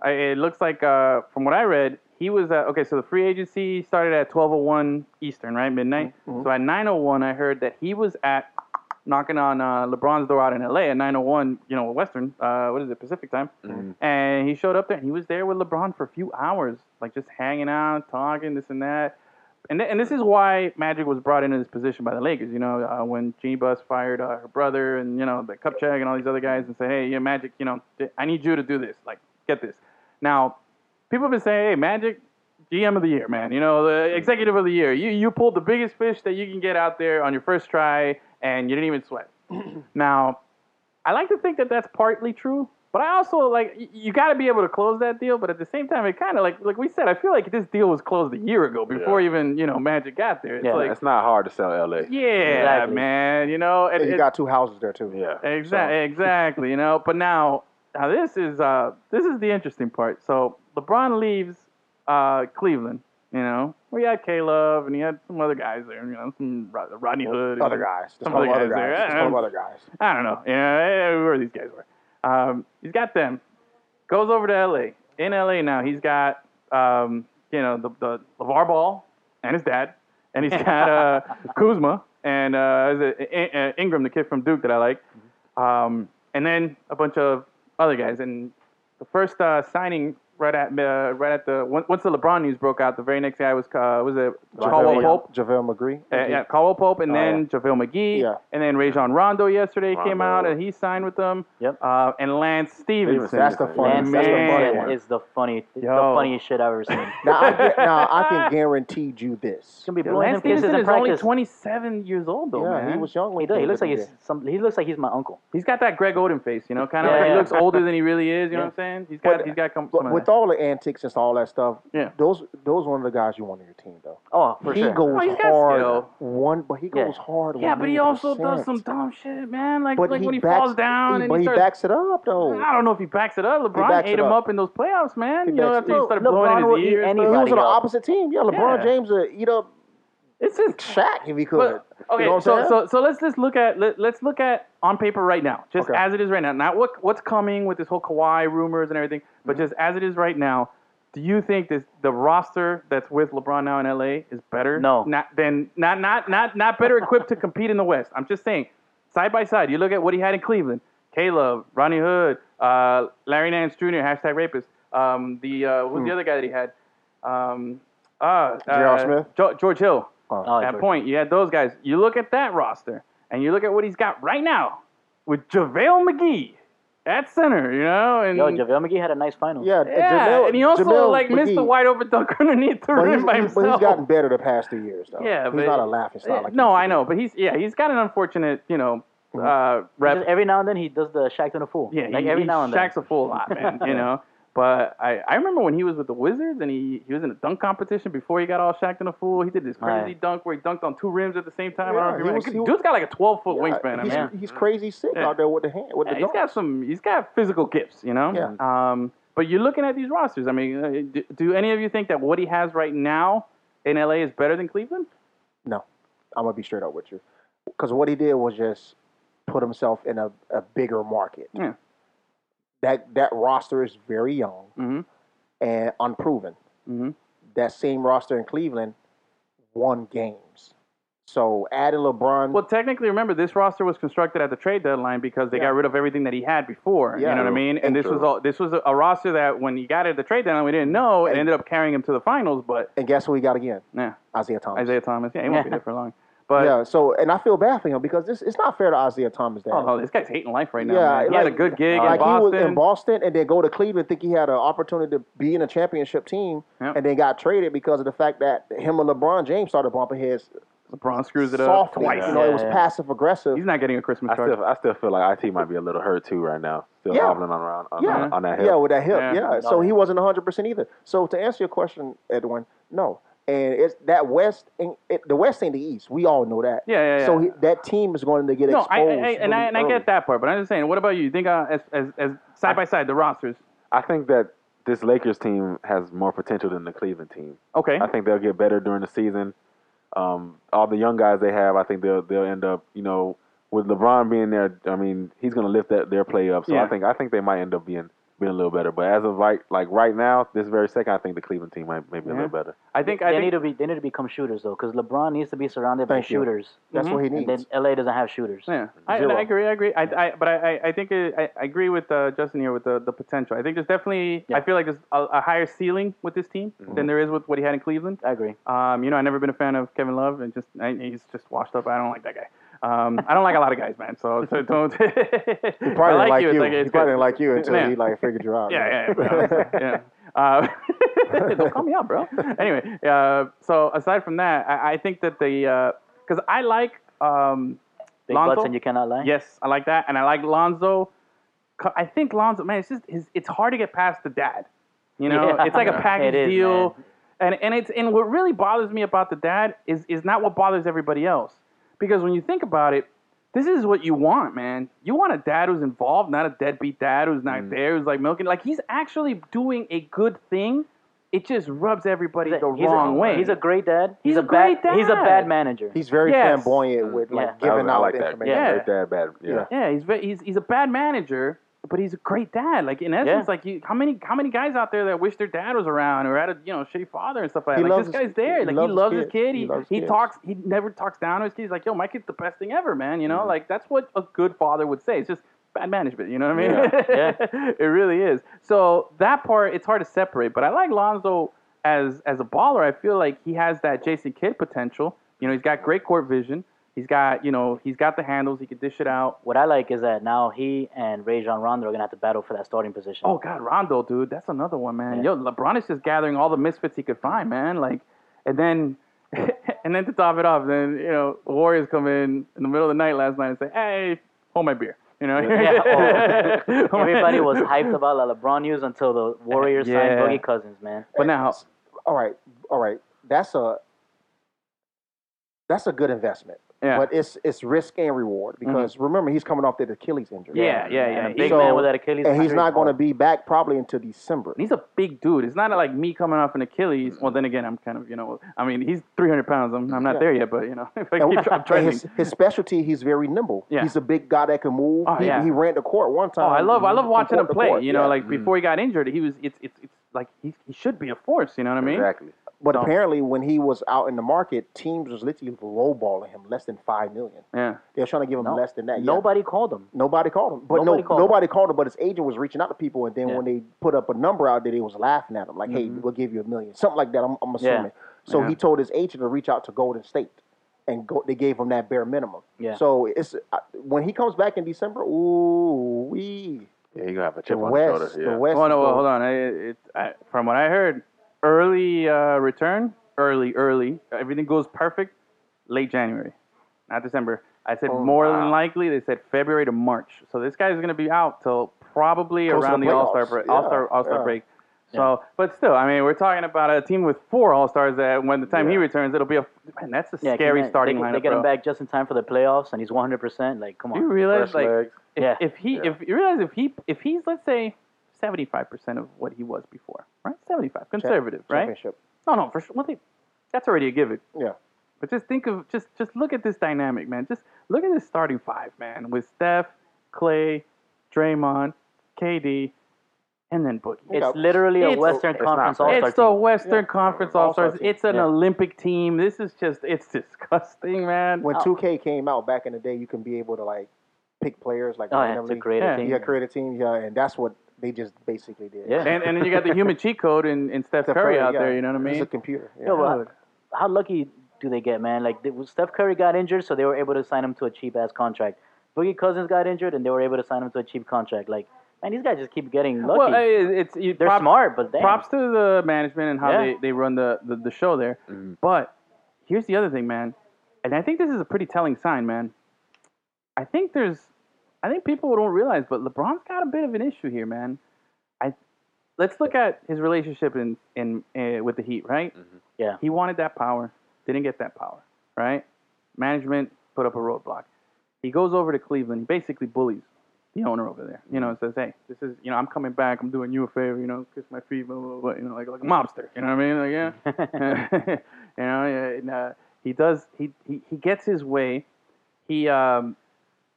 I, it looks like uh, from what I read, he was uh, okay. So the free agency started at 12:01 Eastern, right, midnight. So at 9:01, I heard that he was at knocking on uh, LeBron's door out in LA at 9:01, you know, Western, uh, what is it, Pacific time? And he showed up there, and he was there with LeBron for a few hours, like just hanging out, talking, this and that. And, th- and this is why Magic was brought into this position by the Lakers. You know, uh, when Jeannie Buss fired uh, her brother and, you know, the Kupchak and all these other guys and said, hey, yeah, Magic, you know, th- I need you to do this. Like, get this. Now, people have been saying, hey, Magic, GM of the year, man. You know, the executive of the year. You, you pulled the biggest fish that you can get out there on your first try, and you didn't even (clears throat) sweat. now, I like to think that that's partly true, but I also like y- you got to be able to close that deal. But at the same time, it kind of like like we said, I feel like this deal was closed a year ago before even you know Magic got there. It's Yeah. like It's not hard to sell LA. yeah, Exactly. man, you know, and And you it- got two houses there too. Yeah. Exactly. Exactly. You know, but now, now this is uh, this is the interesting part. So LeBron leaves uh, Cleveland. You know, we had Caleb and he had some other guys there. You know, some Rod- Rodney Hood. and- Other guys. Just Some call other them other guys there. guys. Just call them other guys. I don't know. Yeah, where these guys were. Um, he's got them. Goes over to LA. In LA now, he's got um, you know the, the Levar Ball and his dad, and he's got uh, Kuzma and uh, is it In- uh, Ingram, the kid from Duke that I like, um, and then a bunch of other guys. And the first uh, signing right at uh, right at the on- once the LeBron news broke out, the very next day I was uh, was it Caldwell JaVale- Pope? JaVale McGree. Uh, yeah, Caldwell Pope, and Oh, then JaVale McGee, Yeah. and then Rajon Rondo yesterday came Rondo. out and he signed with them. Yep. Uh, and Lance Stevenson. That's the funny. Lance Man. That's the funny Stevenson (laughs) one. is the funny, the Yo. funniest shit I've ever (laughs) seen. He's Now I, get- now I can guarantee you this. gonna be blowing Lance him kisses Stevenson in is only practice. 27 years old though, yeah, man. he was young He when does. He came looks to like the he's some. He looks like he's my uncle. He's got that Greg Oden face, you know, kind of Yeah. like he looks older than he really is. You know what Yeah. I'm saying? He's got But- he's got come, some But of with that. all the antics and all that stuff, Yeah. those those one of the guys you want on your team though. Oh, for he sure. goes Oh, he's got hard skill. one, but he Yeah. goes hard. yeah, but he also does 100%. some dumb shit, man. Like But like he when he backs, falls down he- and but he he starts. backs it up though. I don't know if he backs it up. LeBron backs ate it him up. up in those playoffs, man. He you know, backs after it he up. started LeBron blowing will in eat his ears. he anybody was on the up. opposite team. Yeah, LeBron Yeah. James would eat up It's just Shaq if he could. But, okay, you know what so, I'm saying? so so let's just look at let, let's look at on paper right now, just Okay. as it is right now. Not what what's coming with this whole Kawhi rumors and everything, but Mm-hmm. just as it is right now. Do you think this the roster that's with LeBron now in LA is better? No. not than not not not not better equipped to compete in the West. I'm just saying, side by side, you look at what he had in Cleveland. Caleb, Ronnie Hood, uh, Larry Nance Jr. hashtag rapist. Um, the uh, who's Hmm. the other guy that he had? Um, uh, J.R. uh, Smith? Jo- George Hill Oh, that George. point, you had those guys. You look at that roster, and you look at what he's got right now with JaVale McGee at center, you know? And, Yo, JaVale McGee had a nice final. yeah, yeah, Jamel, and he also, Jamel like, missed the McGee. wide open dunk (laughs) underneath the But he's, rim by he- himself. but he's gotten better the past two years, though. Yeah, he's but- eh, not a laughing stock. Like Uh, he no, used to I know, but he's, yeah, he's got an unfortunate, you know, uh, He rep. just- every now and then he does the Shaq to the fool. Yeah, like he, every he now and shacks then. a fool a lot, man. you know, but I, I remember when he was with the Wizards and he, he was in a dunk competition before he got all shacked in a fool. He did this crazy Right. dunk where he dunked on two rims at the same time. I Yeah, don't know if you he remember. was- he- Dude's got like a twelve foot be. wingspan. I he's, mean, he's crazy sick Yeah. out there with the hand. With Yeah, the he's dunk. got some. He's got physical gifts, you know. Yeah. Um, but you're looking at these rosters. I mean, uh, do, do any of you think that what he has right now in LA is better than Cleveland? No, I'm gonna be straight up with you, because what he did was just put himself in a, a bigger market. Yeah. That that roster is very young Mhm. and unproven. Mhm. That same roster in Cleveland won games. So adding LeBron, Well, technically, remember this roster was constructed at the trade deadline because they got rid of everything that he had before. Yeah. you know what I mean? And this True. was all. This was a, a roster that when he got it at the trade deadline, we didn't know. It And- ended up carrying him to the finals, but and guess who he got again? yeah, Isaiah Thomas. Isaiah Thomas. Yeah, he won't be (laughs) there for long. But yeah. So and I feel bad for him because this it's not fair to Isaiah Thomas that. oh, this guy's hating life right now. Yeah, man. he had a like- good gig like in Boston. he was in Boston and then go to Cleveland, think he had an opportunity to be in a championship team, Yep. and then got traded because of the fact that him and LeBron James started bumping heads LeBron screws it up softly. twice. You know, Yeah, it was yeah. passive aggressive. He's not getting a Christmas I card. still, I still feel like IT might be a little hurt too right now. Still Yeah. hobbling on around on, Yeah. on, on that hill. yeah, with that hip. Yeah. Yeah. So he wasn't 100% either. So to answer your question, Edwin, no. And it's that West, and it, the West ain't the East. We all know that. Yeah, yeah, yeah. So he, that team is going to get No, exposed. I, I, I and I and I really get that part, but I'm just saying. What about you? You think uh, as as as side by side the rosters? I think that this Lakers team has more potential than the Cleveland team. Okay, I think they'll get better during the season. Um, all the young guys they have, I think they'll they'll end up, you know, with LeBron being there. I mean, he's going to lift that, their play up. So Yeah. I think I think they might end up being being a little better. But as of like like right now, this very second, I think the Cleveland team might maybe be a little better. I think they I think need to be. They need to become shooters though, because LeBron needs to be surrounded by Thank you. shooters. That's what he And needs. then LA doesn't have shooters. Yeah, I, Zero. I agree. I agree. I, I but I, I- I think it, I, I agree with uh, Justin here with the, the potential. I think there's definitely Yeah. I feel like there's a, a higher ceiling with this team Mm-hmm. than there is with what he had in Cleveland. I agree. Um, you know, I've never been a fan of Kevin Love, and just I, he's just washed up. I don't like that guy. Um, I don't like a lot of guys, man. So, so don't. (laughs) (laughs) He probably I didn't like you. It's He it's probably good. didn't like you until Yeah. he like figured you out. Yeah, man. yeah, yeah. bro. yeah. Uh, (laughs) don't call me out, bro. Anyway, uh, so aside from that, I, I think that the because I like um, Big Lonzo? butts and you cannot lie. yes, I like that, and I like Lonzo. Co- I think Lonzo, man, it's just his, it's hard to get past the dad. You know, Yeah. it's like a Yeah. package (laughs) It is, deal, and and it's and what really bothers me about the dad is is not what bothers everybody else because when you think about it. This is what you want, man. You want a dad who's involved, not a deadbeat dad who's Mm. not there, who's like milking. Like he's actually doing a good thing. It just rubs everybody He's a, the he's a- wrong way. He's a great dad. He's a bad, great He's a dad. bad manager. He's very Yes. flamboyant with like Yeah. giving I out like that. information. Yeah. Great dad, bad. Yeah. Yeah. Yeah, he's ve- he's he's a bad manager, but he's a great dad. Like in essence, Yeah. like you, how many how many guys out there that wish their dad was around or had a you know shitty father and stuff like He that. Like loves this his- guy's there. he like loves he his loves his kid. kid. He He loves he kids. talks. He Mm-hmm. never talks down to his kids. He's like, yo, my kid's the best thing ever, man. You know, like that's what a good father would say. It's just bad management. You know what I mean? Yeah. (laughs) it really is. So that part, it's hard to separate. But I like Lonzo as as a baller. I feel like he has that Jason Kidd potential. You know, he's got great court vision. He's got you know he's got the handles. He can dish it out. What I like is that now he and Rajon Rondo are gonna have to battle for that starting position. Oh God, Rondo, dude, that's another one, man. Yeah. Yo, LeBron is just gathering all the misfits he could find, man. Like, and then, (laughs) and then to top it off, then you know, the Warriors come in in the middle of the night last night and say, "Hey, hold my beer," you know. Yeah, oh. (laughs) (laughs) Everybody was hyped about the LeBron news until the Warriors Yeah. signed Boogie Cousins, man. But now, All right, all right. That's a that's a good investment. Yeah. Mm-hmm. But it's it's risk and reward because remember he's coming off that Achilles injury. yeah, yeah, yeah. And a He- big So- man with that Achilles. And he's injury. not going to be back probably until December. he's a big dude. It's not like me coming off an Achilles. Well, then again, I'm kind of you know, I mean, he's 300 pounds. I'm, I'm not there yet, but you know, (laughs) if I And- keep, I'm (laughs) and trending. his, his specialty, he's very nimble. Yeah. He's a big guy that can move. Oh, he, yeah. he ran the court one time. Oh, I love I love from watching him court to play. court. You know, Mm-hmm. Yeah. like before he got injured, he was it's it's, it's like he, he should be a force. You know what I mean? Exactly. But No. apparently, when he was out in the market, teams was literally lowballing him, less than five million. Yeah. They were trying to give him No. less than that. Yeah. Nobody called him. Nobody called him. But Nobody no, called him. nobody called him. But his agent was reaching out to people, and then Yeah. Mm-hmm. when they put up a number out there, they was laughing at him, like, "Hey, we'll give you a million. something like that." I'm, I'm assuming. So Yeah. he told his agent to reach out to Golden State, and go, they gave him that bare minimum. Yeah. So it's I- when he comes back in December. Ooh, we Yeah, you gonna have a the chip on his West, shoulder. Yeah. the West. Oh no, well, is- hold on. I, it, I, from what I heard, early uh, return, early, early. Everything goes perfect. Late January, not December. I said more than likely. They said February to March. So this guy's gonna be out till probably Close to around the the All Star playoffs. break. Yeah, All Star All Star yeah. break. So, but still, I mean, we're talking about a team with four All Stars. That when the time he Yeah. returns, it'll be a man. That's a Yeah, scary they- starting they, lineup. They get him bro. back just in time for the playoffs, and he's 100. percent Like, come Do you on. realize, Fresh like, legs. if, Yeah. if he, if you realize, if he, if he's, let's say, seventy-five percent of what he was before, right? Seventy-five, conservative, right? Championship. No, no, for sure. Well, they, that's already a given. Yeah. But just think of, just, just look at this dynamic, man. Just look at this starting five, man, with Steph, Clay, Draymond, KD, and then Boogie. Yeah. It's literally a It's- Western it's Conference not- All Star It's the Western Yeah. Conference All All-Star Stars. team. It's an Yeah. Olympic team. This is just, it's disgusting, man. When 2K came out back in the day, you can be able to like pick players like Oh, yeah, it's randomly. a great Yeah. team. yeah, create a team, yeah, and that's what they just basically did. Yeah. and, and then you got the human cheat code and, and Steph Steph Curry Curry, out yeah. there. You know what I It's mean? a computer. Yeah. Yo, but how lucky do they get, man? Like, they, Steph Curry got injured, so they were able to sign him to a cheap ass contract. Boogie Cousins got injured, and they were able to sign him to a cheap contract. Like, man, these guys just keep getting lucky. Well, it- it's you, They're props, smart, but damn. props to the management and how Yeah. Mm-hmm. they, they run the, the, the show there. Mhm. But here's the other thing, man, and I think this is a pretty telling sign, man. I think there's, I think people don't realize, but LeBron's got a bit of an issue here, man. I let's look at his relationship in in uh, with the Heat, right? Mm-hmm. Yeah. he wanted that power, didn't get that power, right? Management put up a roadblock. He goes over to Cleveland, basically bullies the owner over there. You know, and says, "Hey, this is you know, I'm coming back. I'm doing you a favor. You know, kiss my feet, blah blah blah. You know, like like a mobster. You know what I mean? Like yeah, (laughs) you know, yeah. And, uh, he does. He, he he gets his way. He um,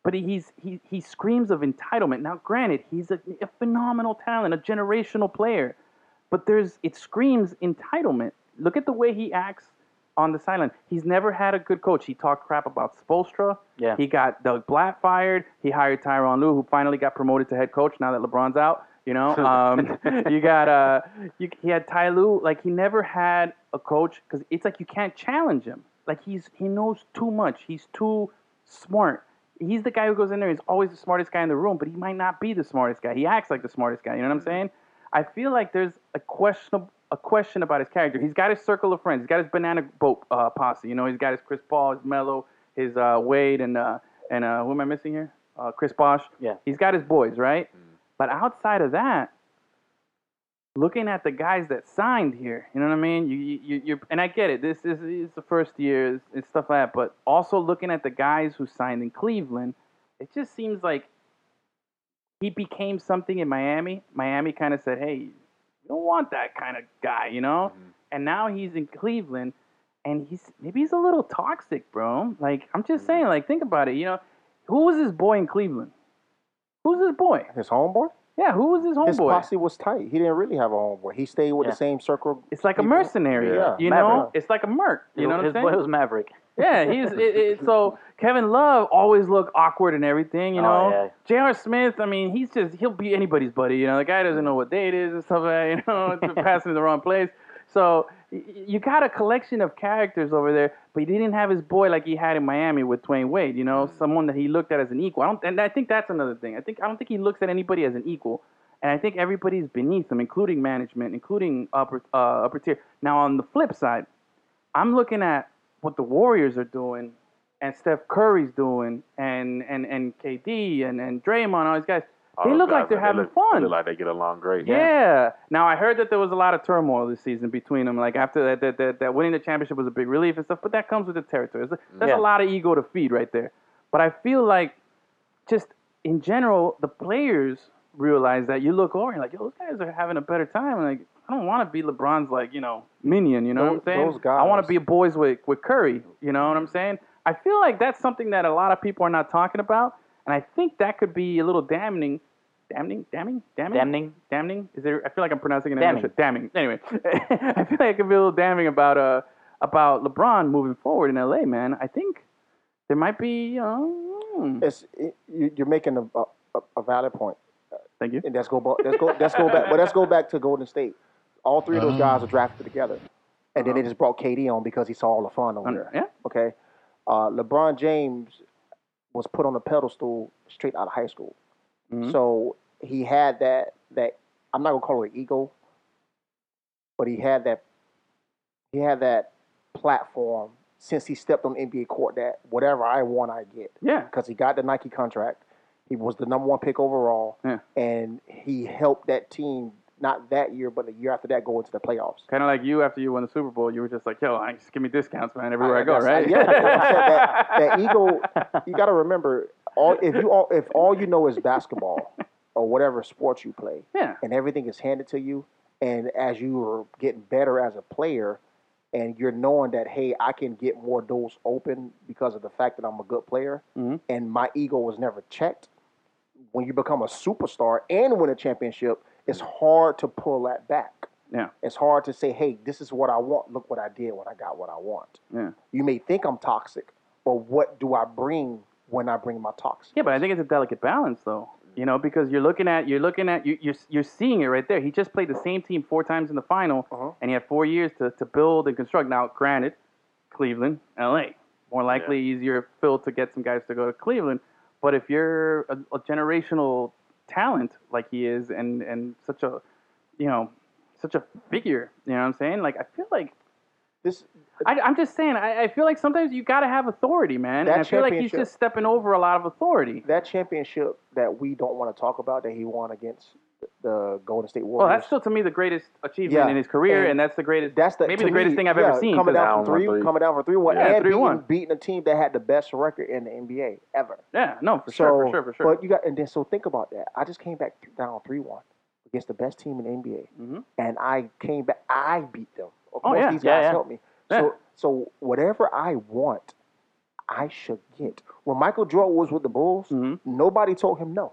but he- he's he he screams of entitlement. Now, granted, he's a, a phenomenal talent, a generational player, but there's it screams entitlement. Look at the way he acts on the sideline. He's never had a good coach. He talked crap about Spolstra. Yeah. He got Doug Blatt fired. He hired Tyron Lue, who finally got promoted to head coach now that LeBron's out. You know, um, (laughs) you got uh, you, he had Ty Lue. Like he never had a coach because it's like you can't challenge him. Like he's he knows too much. He's too smart. He's the guy who goes in there. He's always the smartest guy in the room, but he might not be the smartest guy. He acts like the smartest guy. You know what I'm saying? I feel like there's a question a question about his character. He's got his circle of friends. He's got his banana boat uh, posse. You know, he's got his Chris Paul, his Mello, his uh, Wade, and uh, and uh, who am I missing here? Uh, Chris Bosh. Yeah. He's got his boys, right? But outside of that, looking at the guys that signed here, you know what I mean? You, you, you you're, and I get it. This is it's the first year it's- it's stuff like that. But also looking at the guys who signed in Cleveland, it just seems like he became something in Miami. Miami kind of said, "Hey, you don't want that kind of guy," you know. Mm-hmm. And now he's in Cleveland, and he's maybe he's a little toxic, bro. Like I'm just Mm-hmm. saying, like think about it. You know, who was this boy in Cleveland? Who's this boy? His homeboy? Yeah, who was his homeboy? His posse was tight. He didn't really have a homeboy. He stayed with Yeah. the same circle. It's like a mercenary, Yeah. you know. Maverick. It's like a merc, you know what I'm his saying? boy was Maverick. Yeah, he's it, it, so Kevin Love always looked awkward and everything, you Oh, know. J.R. Smith, I mean, he's just he'll be anybody's buddy, you know. The guy doesn't know what day it is and stuff like that, (laughs) you know, it's passing in the wrong place. So y- y- you got a collection of characters over there, but he didn't have his boy like he had in Miami with Dwayne Wade, you know, someone that he looked at as an equal. I don't, and I think that's another thing. I think I don't think he looks at anybody as an equal. And I think everybody's beneath him, including management, including upper uh, upper tier. Now, on the flip side, I'm looking at what the Warriors are doing and Steph Curry's doing and and, and KD and, and Draymond, all these guys. All They those look guys, like they're Oh, man, having look- fun. Look like they get along great. yeah. Now I heard that there was a lot of turmoil this season between them. Like after that, that, that, that winning the championship was a big relief and stuff. But that comes with the territory. There's, there's Yeah. a lot of ego to feed right there. But I feel like just in general, the players realize that you look over and like, yo, those guys are having a better time. And like, I don't want to be LeBron's like, you know, minion. You know Those- what I'm saying? those guys. I want to be boys with with Curry. You know what I'm saying? I feel like that's something that a lot of people are not talking about, and I think that could be a little damning. Damning, damning, damning, Damning. damning. Is there? I feel like I'm pronouncing it. in Damning. English. Damning. Anyway, (laughs) I feel like it could be a little damning about uh about LeBron moving forward in LA, man. I think there might be. Um, It's it, you- you're making a, a a valid point. thank you. And let's go. bu- Let's go. Let's go back. But let's go back to Golden State. All three of those guys are drafted together, and then they just brought KD on because he saw all the fun over Um, there. yeah. Okay. Uh, LeBron James was put on a pedestal straight out of high school, so he had that that I'm not gonna call it ego, but he had that he had that platform since he stepped on NBA court that whatever I want I get Yeah. because he got the Nike contract. He was the number one pick overall, Yeah. and he helped that team not that year, but the year after that go into the playoffs. Kind of like you after you won the Super Bowl, you were just like, yo, I, just give me discounts, man, everywhere I, go, That's- right? Yeah, that's what I said, (laughs) that, that ego. You got to remember, all if you all if all you know is basketball or whatever sport you play, Yeah. and everything is handed to you, and as you are getting better as a player, and you're knowing that hey, I can get more doors open because of the fact that I'm a good player, Mm-hmm. and my ego was never checked. When you become a superstar and win a championship, it's hard to pull that back. Yeah. It's hard to say, hey, this is what I want. Look what I did when I got what I want. Yeah. You may think I'm toxic, but what do I bring when I bring my toxic? Yeah, but I think it's a delicate balance, though. You know, because you're looking at you're looking at you you're, you're seeing it right there. He just played the same team four times in the final, Uh-huh. and he had four years to, to build and construct. Now, granted, Cleveland, L.A. More likely, easier fill to get some guys to go to Cleveland. But if you're a, a generational talent like he is, and and such a you know such a figure, you know what I'm saying? Like I feel like This I, I'm just saying I, I feel like sometimes you got to have authority, man. That and I feel like he's championship- just stepping over a lot of authority. that championship that we don't want to talk about that he won against the Golden State Well, Warriors. that's still to me the greatest achievement Yeah, in his career, and and, that's the greatest. that's the, maybe to the me, greatest thing I've yeah, ever seen. Coming 'cause- down down from three, one, three. coming down from three one, Yeah, and three, beating, one. beating a team that had the best record in the NBA ever. yeah, no, for so, sure, for sure, for sure. But you got and then so think about that. I just came back th- down three one against the best team in the NBA, Mhm. and I came back. I beat them. Of Oh, course, yeah, these yeah, guys yeah. helped me. Yeah. So, so whatever I want, I should get. When Michael Jordan was with the Bulls, Mhm. nobody told him no.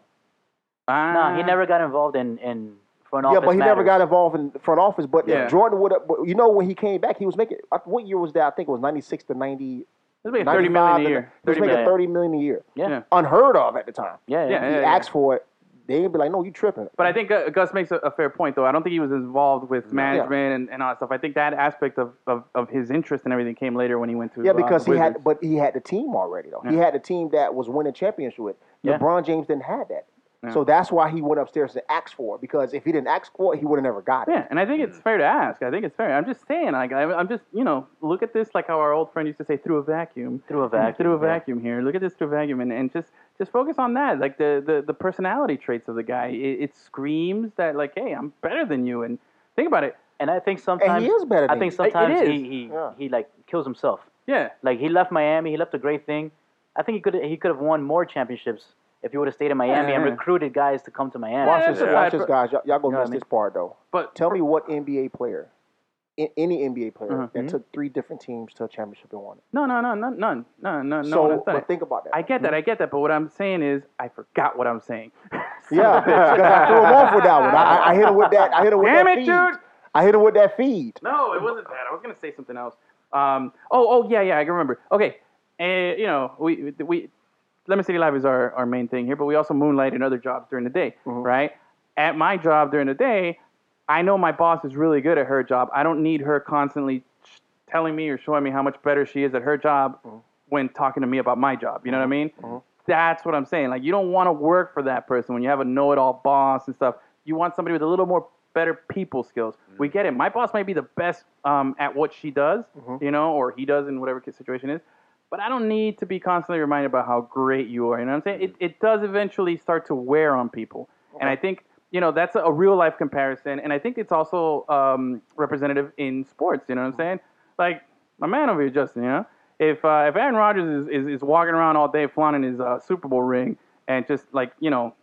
Ah, No, he never got involved in in front yeah, office. but he never matters. got involved in the front office. But Yeah. if Jordan would have, you know, when he came back, he was making. uh, What year was that? I think it was ninety six to 90, He's making thirty 95. million a and- year. He was 30 million. making thirty million a year. Yeah. Yeah. unheard of at the time. Yeah, Yeah, yeah. He asked for it. They didn't be like, no, you tripping. But I think uh, Gus makes a, a fair point, though. I don't think he was involved with management and, and all that stuff. I think that aspect of, of, of his interest and everything came later when he went to Yeah, uh, the because he had, Wizards. but he had the team already though. He had the team that was winning championships with. Yeah. LeBron James didn't have that, so that's why he went upstairs to ask for it. Because if he didn't ask for it, he would have never got it. Yeah, and I think it's fair to ask. I think it's fair. I'm just saying, like, I, I'm just, you know, look at this like how our old friend used to say, through a vacuum. Through a vacuum, Through a yeah. vacuum here. Look at this through a vacuum, and, and just just focus on that, like the the, the personality traits of the guy. It, it screams that, like, hey, I'm better than you. And think about it. And I think sometimes And he is better. Than I think you. sometimes is. he he, Yeah. he like kills himself. Yeah, Like he left Miami, he left a great thing. I think he could he could have won more championships if he would have stayed in Miami and Yeah. recruited guys to come to Miami. Watch Yeah, this, that's a watch side this, pro- guys. Y'all, y'all gonna know what miss I this part though. but Tell me what NBA player, in, any NBA player Uh-huh. that took three different teams to a championship and won it. no, no, no, no, none, no, no, no. so, that's not but it. think about that. I get that, I get that, but what I'm saying is, I forgot what I'm saying. (laughs) yeah, because I threw him off with that one. I, I- I hit him with that. I hit him with Damn that it, feed. dude. I hit him with that feed. No, it wasn't that. I was gonna say something else. Um, oh, oh, yeah, yeah, I can remember. Okay, uh, you know, we we Lemon City Live is our, our main thing here, but we also moonlight in other jobs during the day, Mm-hmm. right? At my job during the day, I know my boss is really good at her job. I don't need her constantly sh- telling me or showing me how much better she is at her job Mm-hmm. when talking to me about my job. You know what I mean? That's what I'm saying. Like, you don't want to work for that person when you have a know it all boss and stuff. You want somebody with a little more better people skills. We get it. My boss might be the best um, at what she does, you know, or he does in whatever situation is. But I don't need to be constantly reminded about how great you are. You know what I'm saying? It, it does eventually start to wear on people. And I think, you know, that's a, a real life comparison. And I think it's also um, representative in sports. You know what I'm saying? Like, my man over here, Justin, you know? If, uh, if Aaron Rodgers is, is, is walking around all day flaunting his uh, Super Bowl ring and just, like, you know,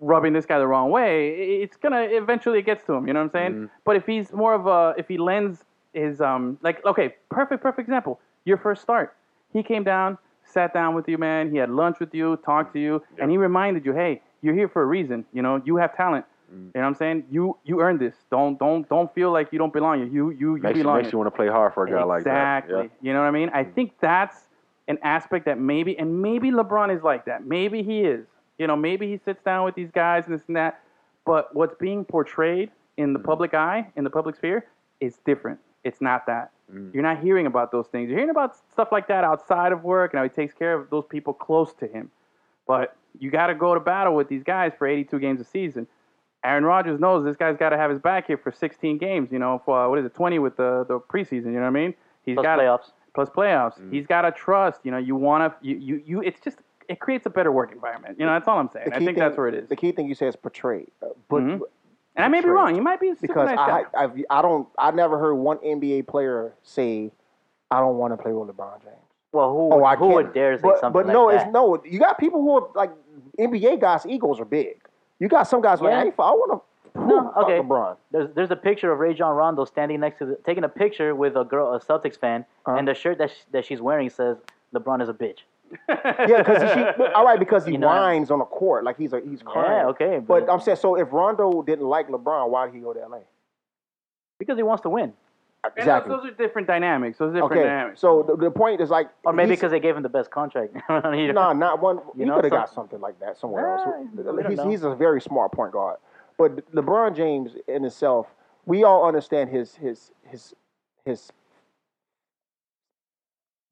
rubbing this guy the wrong way, i- it's gonna eventually it gets to him. You know what I'm saying? Mm-hmm. But if he's more of a, if he lends his um, like okay, perfect, perfect example. Your first start, he came down, sat down with you, man. He had lunch with you, talked to you, and he reminded you, hey, you're here for a reason. You know, you have talent. Mm. You know what I'm saying? You you earned this. Don't don't don't feel like you don't belong. here. You you you Makes you, belong. makes here. you want to play hard for a guy like that. Hmm. Exactly. You know what I mean? I think that's an aspect that maybe, and maybe LeBron is like that. Maybe he is. You know, maybe he sits down with these guys and this and that. But what's being portrayed in Hmm. the public eye, in the public sphere, is different. It's not that. Hmm. You're not hearing about those things. You're hearing about stuff like that outside of work and how he takes care of those people close to him. But you got to go to battle with these guys for 82 games a season. Aaron Rodgers knows this guy's got to have his back here for 16 games. You know, for uh, what is it, 20 with the, the preseason? You know what I mean? He's Plus got playoffs. plus playoffs. Mm-hmm. He's got to trust. You know, you want to you, you you. It's just it creates a better work environment. You know, that's all I'm saying. I key think thing- that's where it is. The key thing you said is portrayed, uh, but Mhm. And I may be Detroit. wrong. You might be a super because nice guy. I I've, I don't I never heard one NBA player say I don't want to play with LeBron James. Well, who Oh, I would, who can't. would dare say but, something But like no, that? it's no. You got people who are like NBA guys. Egos are big. You got some guys Yeah. like hey, I want to. No, okay. LeBron. There's there's a picture of Ray John Rondo standing next to the, taking a picture with a girl, a Celtics fan, Uh-huh. and the shirt that sh- that she's wearing says LeBron is a bitch. (laughs) Yeah, (laughs) because all right, because he You know what I mean? whines on the court like he's a, he's crying. Yeah, okay, But but- I'm saying so if Rondo didn't like LeBron, why did he go to LA? Because he wants to win, And Exactly. those, those are different dynamics. Those are different Okay, dynamics. so the, the point is like, or maybe he's- because they gave him the best contract. (laughs) You know? Nah, not one. You know, could have some- got something like that somewhere Nah, we don't else. He's, know. he's a very smart point guard, but LeBron James in itself, we all understand his his his his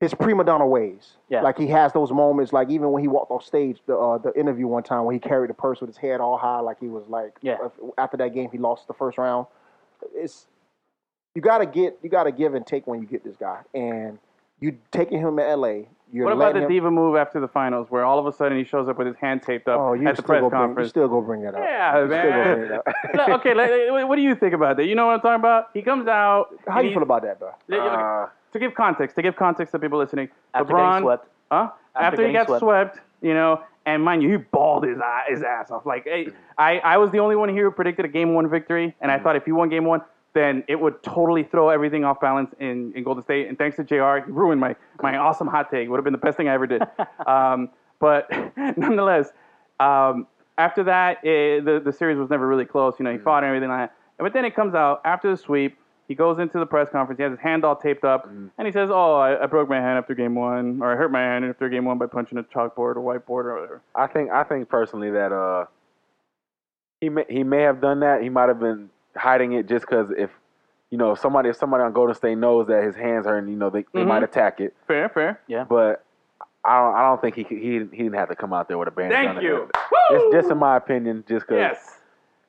his prima donna ways. Yeah. Like he has those moments, like even when he walked off stage, the uh, the interview one time when he carried the purse with his head all high, like he was like, uh, Yeah. After that game, he lost the first round. It's you gotta get you gotta give and take when you get this guy, and you taking him to L.A. You're What about letting the him, diva move after the finals, where all of a sudden he shows up with his hand taped up Oh, you at the still press go Bring, you conference? still go bring that up. yeah, You still gonna bring man. it (laughs) up. (laughs) Look, okay, like, like, what do you think about that? You know what I'm talking about? He comes out. How and you he- feel about that, though? Yeah, yeah, okay. Uh, to give context, to give context to people listening, After LeBron, getting swept. huh? After, he getting got swept. swept. you know, and mind you, he balled his eye, his ass off. Like, hey, I, I was the only one here who predicted a game one victory, and I Mm-hmm. thought if he won game one, then it would totally throw everything off balance in, in Golden State. And thanks to Jr., he ruined my my awesome hot take. Would have been the best thing I ever (laughs) did. um, but (laughs) nonetheless, um, after that, eh, the, the series was never really close. You know, he Mm-hmm. fought and everything like that. But then it comes out after the sweep. He goes into the press conference. He has his hand all taped up, Mm. and he says, "Oh, I, I broke my hand after game one, or I hurt my hand after game one by punching a chalkboard or whiteboard or whatever." I think I think personally that uh he may he may have done that. He might have been hiding it just because if you know if somebody if somebody on Golden State knows that his hands hurting, you know they, they Mhm. might attack it. Fair, fair. But I don't I don't think he could- he didn't- he didn't have to come out there with a bandage. on Thank his you. head. It's just in my opinion, just because yes,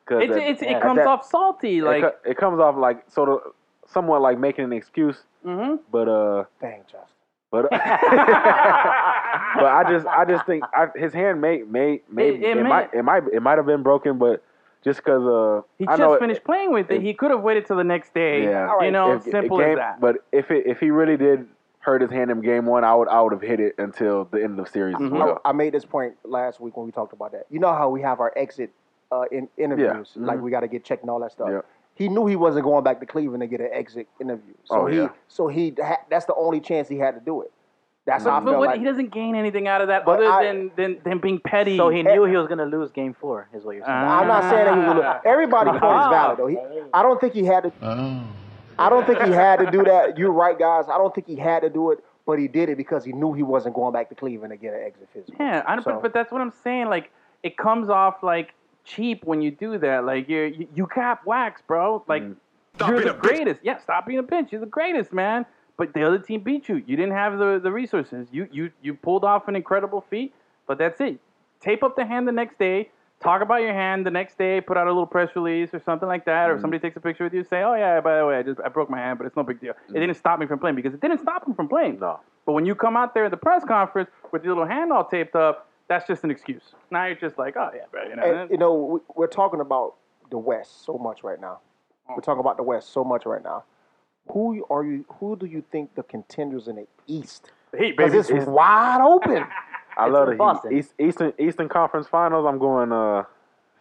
it's, it's, it comes that- off salty, it, like co- (laughs) it comes off like sort of somewhat like making an excuse, Mhm. but uh Dang, Justin. (laughs) but. (laughs) But I just, I just think I, his hand may, may, may, It- it, it may- might, it might, it might have been broken, but just because, uh, (laughs) he I just know it- finished playing with it. it- He could have waited till the next day. Yeah. you know, If- if simple game- as that. But if it, if he really did hurt his hand in game one, I would I would have hit it until the end of the series Mm-hmm. as well. I made this point last week when we talked about that. You know how we have our exit uh, in interviews, Mm-hmm. like we got to get checked and all that stuff. Yeah. He knew he wasn't going back to Cleveland to get an exit interview. So Oh, he, yeah. so he, ha- that's the only chance he had to do it. That's how I but felt what, like. he doesn't gain anything out of that But other I- than, than than being petty. So he knew he was gonna lose Game Four, Uh-huh. Ah. is what you're (laughs) Oh. saying. I'm not saying that he was. Everybody's point is valid though. He, I don't think he had to. I don't think he had to do that. You're right, guys. I don't think he had to do it, but he did it because he knew he wasn't going back to Cleveland to get an exit physical. Yeah, I don't, So- but, but that's what I'm saying. Like, it comes off like cheap when you do that. Like, you're, you you cap wax, bro. Like, you're being the a bitch. greatest. Yeah, stop being a bitch. You're the greatest, man. But the other team beat you. You didn't have the, the resources. You, you you pulled off an incredible feat, but that's it. Tape up the hand the next day. Talk about your hand the next day. Put out a little press release or something like that. Or if somebody takes a picture with you, say, "Oh yeah, by the way, I just I broke my hand, but it's no big deal. It didn't stop me from playing because it didn't stop him from playing. No. But when you come out there at the press conference with your little hand all taped up, that's just an excuse. Now you're just like, oh yeah, bro. You know, And, you know, we, we're talking about the West so much right now. We're talking about the West so much right now. Who are you? Who do you think the contenders in the East? Heat, Because baby. it's wide (laughs) open. I love in the Boston. Heat. East, Eastern Eastern Conference Finals. I'm going uh,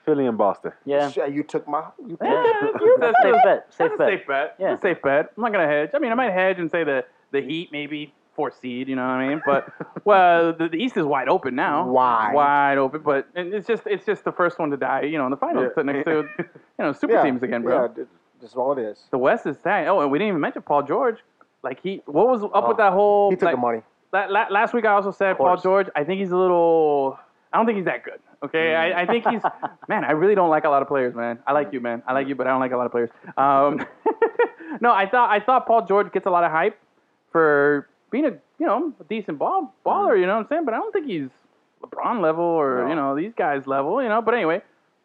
Philly and Boston. Yeah. Shit, You took my. You took Yeah, That's a safe bet. Safe (laughs) That's a bet. safe bet. Yeah. That's a safe bet. I'm not gonna hedge. I mean, I might hedge and say the the Heat maybe four seed. You know what I mean? (laughs) But well, the, the East is wide open now. Wide. wide open. But and it's just it's just the first one to die. You know, in the finals Yeah. next (laughs) to you know super yeah, teams again, bro. Yeah, th- that's all it is. The West is sad. Oh, and we didn't even mention Paul George. Like he, what was up with that whole? Oh, He took like, the money. La- la- last week I also said Paul George. I think he's a little. I don't think he's that good. Okay, I, I think he's. man, I really don't like a lot of players, man. I like you, man. I like you, but I don't like a lot of players. Um, (laughs) no, I thought I thought Paul George gets a lot of hype for being a you know a decent ball baller. You know what I'm saying? But I don't think he's LeBron level or you know these guys level. You know. But anyway,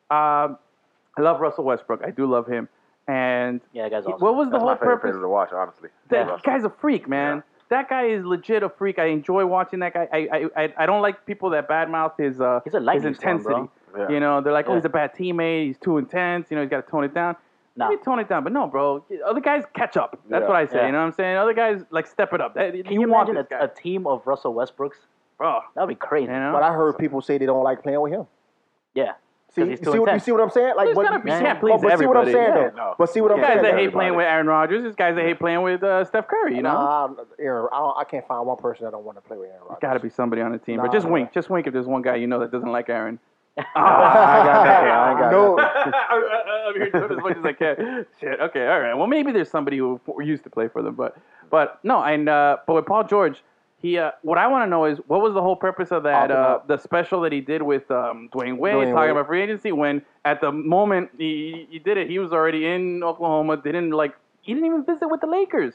um, I love Russell Westbrook. I do love him. And Yeah, that guy's awesome. what was the That's whole my favorite purpose? player to watch, honestly. That Russell. guy's a freak, man. Yeah. That guy is legit a freak. I enjoy watching that guy. I I, I, I don't like people that badmouth his uh He's a lightning his storm, bro. intensity. Yeah. You know, they're like, oh, Yeah. he's a bad teammate. He's too intense. You know, he's got to tone it down. Nah. Maybe tone it down, but no, bro. Other guys catch up. That's Yeah. what I say. Yeah. You know what I'm saying? Other guys like step it up. That- Can you want imagine this guy, a, a team of Russell Westbrooks? bro? That would be crazy. You know, But I heard people say they don't like playing with him. Yeah. 'Cause See, you he's too see, what, you intense. see what I'm saying? Like, There's but, gotta be- you can't but- please but see what I'm everybody. saying Yeah, though. But see what I'm guys saying. that hate everybody. playing with Aaron Rodgers. There's guys that hate playing with uh, Steph Curry. You know, Nah, Aaron, I, don't, I can't find one person that don't want to play with Aaron Rodgers. got to be somebody on the team. Nah. but just wink, just wink if there's one guy you know that doesn't like Aaron. (laughs) I got nothing. I ain't got No. nothing. (laughs) I'm here doing as much as I can. Shit. Okay. All right. Well, maybe there's somebody who who used to play for them, but but no. And uh, but with Paul George, he uh, what I want to know is what was the whole purpose of that Optimal. uh, the special that he did with um, Dwayne Wade Dwayne talking Wade. about free agency when at the moment he, he did it, he was already in Oklahoma. Didn't like he didn't even visit with the Lakers.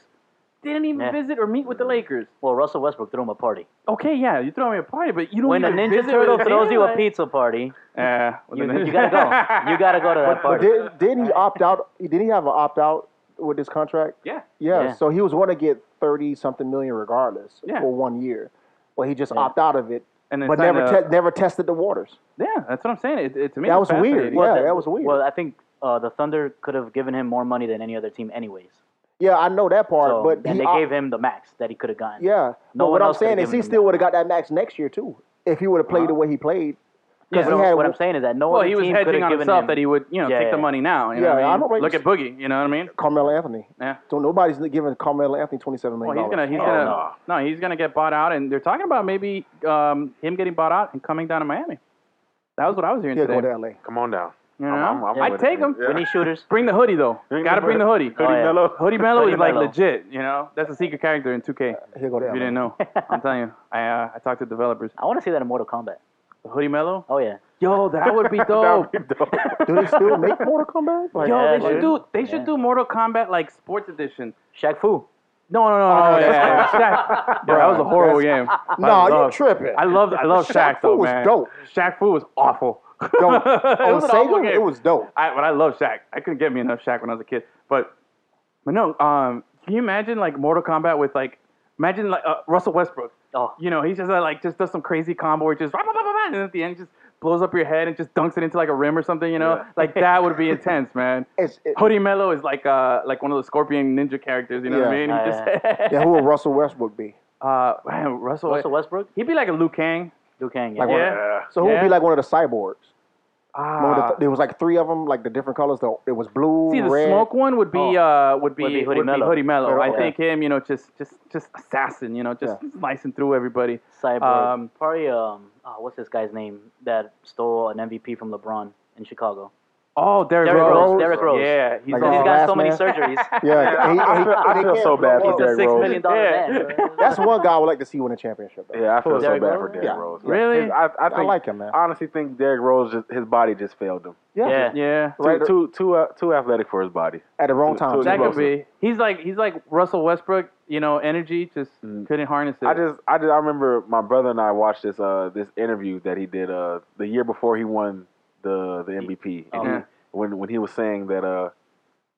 Didn't even Yeah. visit or meet with the Lakers. Well, Russell Westbrook threw him a party. Okay, yeah, you throw me a party, but you don't When a even Ninja visit Turtle with the throws team, you a like- pizza party, Yeah, with you, the you Ninja- gotta go. You (laughs) gotta go to that But party. did, didn't he opt out? Did he have an opt out with this contract? Yeah. Yeah. Yeah. So he was going to get thirty something million regardless Yeah. for one year, but he just opted out of it. And then but signed never a- te- never tested the waters. Yeah, that's what I'm saying. It, it, to me, That it's was weird. fascinating. Yeah, the- that was weird. Well, I think uh, the Thunder could have given him more money than any other team, anyways. Yeah, I know that part, So, but and he they opt- gave him the max that he could have gotten. Yeah. but No one what I'm else could've saying is given he him still that. Uh-huh. would have got that max next year too if he would have played the way he played. Yeah, Because So he had what I'm saying is that no Well, other he was team could hedging have on given himself him. that he would, you know, Yeah, take yeah, the yeah. money now. You know Yeah, what I I mean? don't like Look this- at Boogie. You know what I mean? Carmelo Anthony. Yeah. So nobody's giving Carmelo Anthony twenty seven Well, million. he's gonna, he's Oh, gonna, no. he's gonna get bought out, and they're talking about maybe um, him getting bought out and coming down to Miami. That was what I was hearing yeah, today. go to LA. Come on down. (laughs) You know, I'm- I'm- I'm I'd with take it. him. Yeah. We need shooters. Bring the hoodie though. Bring the Gotta bring the hoodie. Oh, yeah. Hoodie Mello Hoodie is like Mello. legit. You know, that's a secret character in 2K. He'll go to If LA. you didn't (laughs) know, I'm telling you, I uh, I talked to developers. I want to see that in Mortal Kombat. Hoodie Mello. Oh yeah. Yo, that (laughs) would be That dope. would be dope. (laughs) Do they still make Mortal Kombat? Like, Yo, Yeah, they should dude. do they should Yeah. do Mortal Kombat like sports edition. Shaq Fu. No, no, no, no, Oh, yeah, that's yeah, (laughs) Shaq. Bro, that was a horrible game. No, I you're love- tripping. I love I love Shaq, Shaq Fu though, was man. dope. Shaq Fu was awful. (laughs) Dope. it On was an awful Sega, game. it was dope. I, but I love Shaq. I couldn't get me enough Shaq when I was a kid. But but no, um, can you imagine like Mortal Kombat with like imagine like uh, Russell Westbrook? Oh. You know, he just uh, like just does some crazy combo or just rah, rah, rah, rah, rah, and at the end just blows up your head and just dunks it into like a rim or something. You know, Yeah. like that would be intense, man. It's, it, Hoodie Mello is like uh like one of the Scorpion Ninja characters. You know what I Yeah. mean? He Oh, (laughs) just yeah, who would Russell Westbrook be? uh man, Russell, Russell Westbrook. He'd be like a Liu Kang. Liu Kang. Yeah. Like, Yeah. So who would Yeah. be like one of the cyborgs? Remember Ah. the- there was like three of them, like the different colors. Though it was blue, See, the red. smoke one would be uh would be Would be Hoodie would be Mello. Hoodie Mello. I Yeah. think him, you know, just just just assassin, you know, just slicing through everybody. Cyborg. Um, ah, Probably um. Oh, what's this guy's name that stole an MVP from LeBron in Chicago? Oh, Derrick Derrick Rose. Rose, Derrick Rose. Yeah, he's Like on He's the got last so many man. (laughs) surgeries. Yeah, he- he- I feel, (laughs) I they feel can't so bad throw for up. He's a Derrick six Rose. million dollar Yeah. man. bro. That's one guy I would like to see win a championship. Though. Yeah, I feel so Derrick bad Rose? for Derrick Yeah. Rose. Really? His- I, I, I think, like him, man. honestly think Derrick Rose, just, his body just failed him. Yeah. Yeah. Too, Right. too, too, uh, too athletic for his body. at the wrong Two- time. two That could be. explosive. He's like he's like Russell Westbrook, you know, energy just Mm. couldn't harness it. I just, I just, I remember my brother and I watched this, uh, this interview that he did, uh, the year before he won the the MVP, and Yeah. he, when when he was saying that, uh,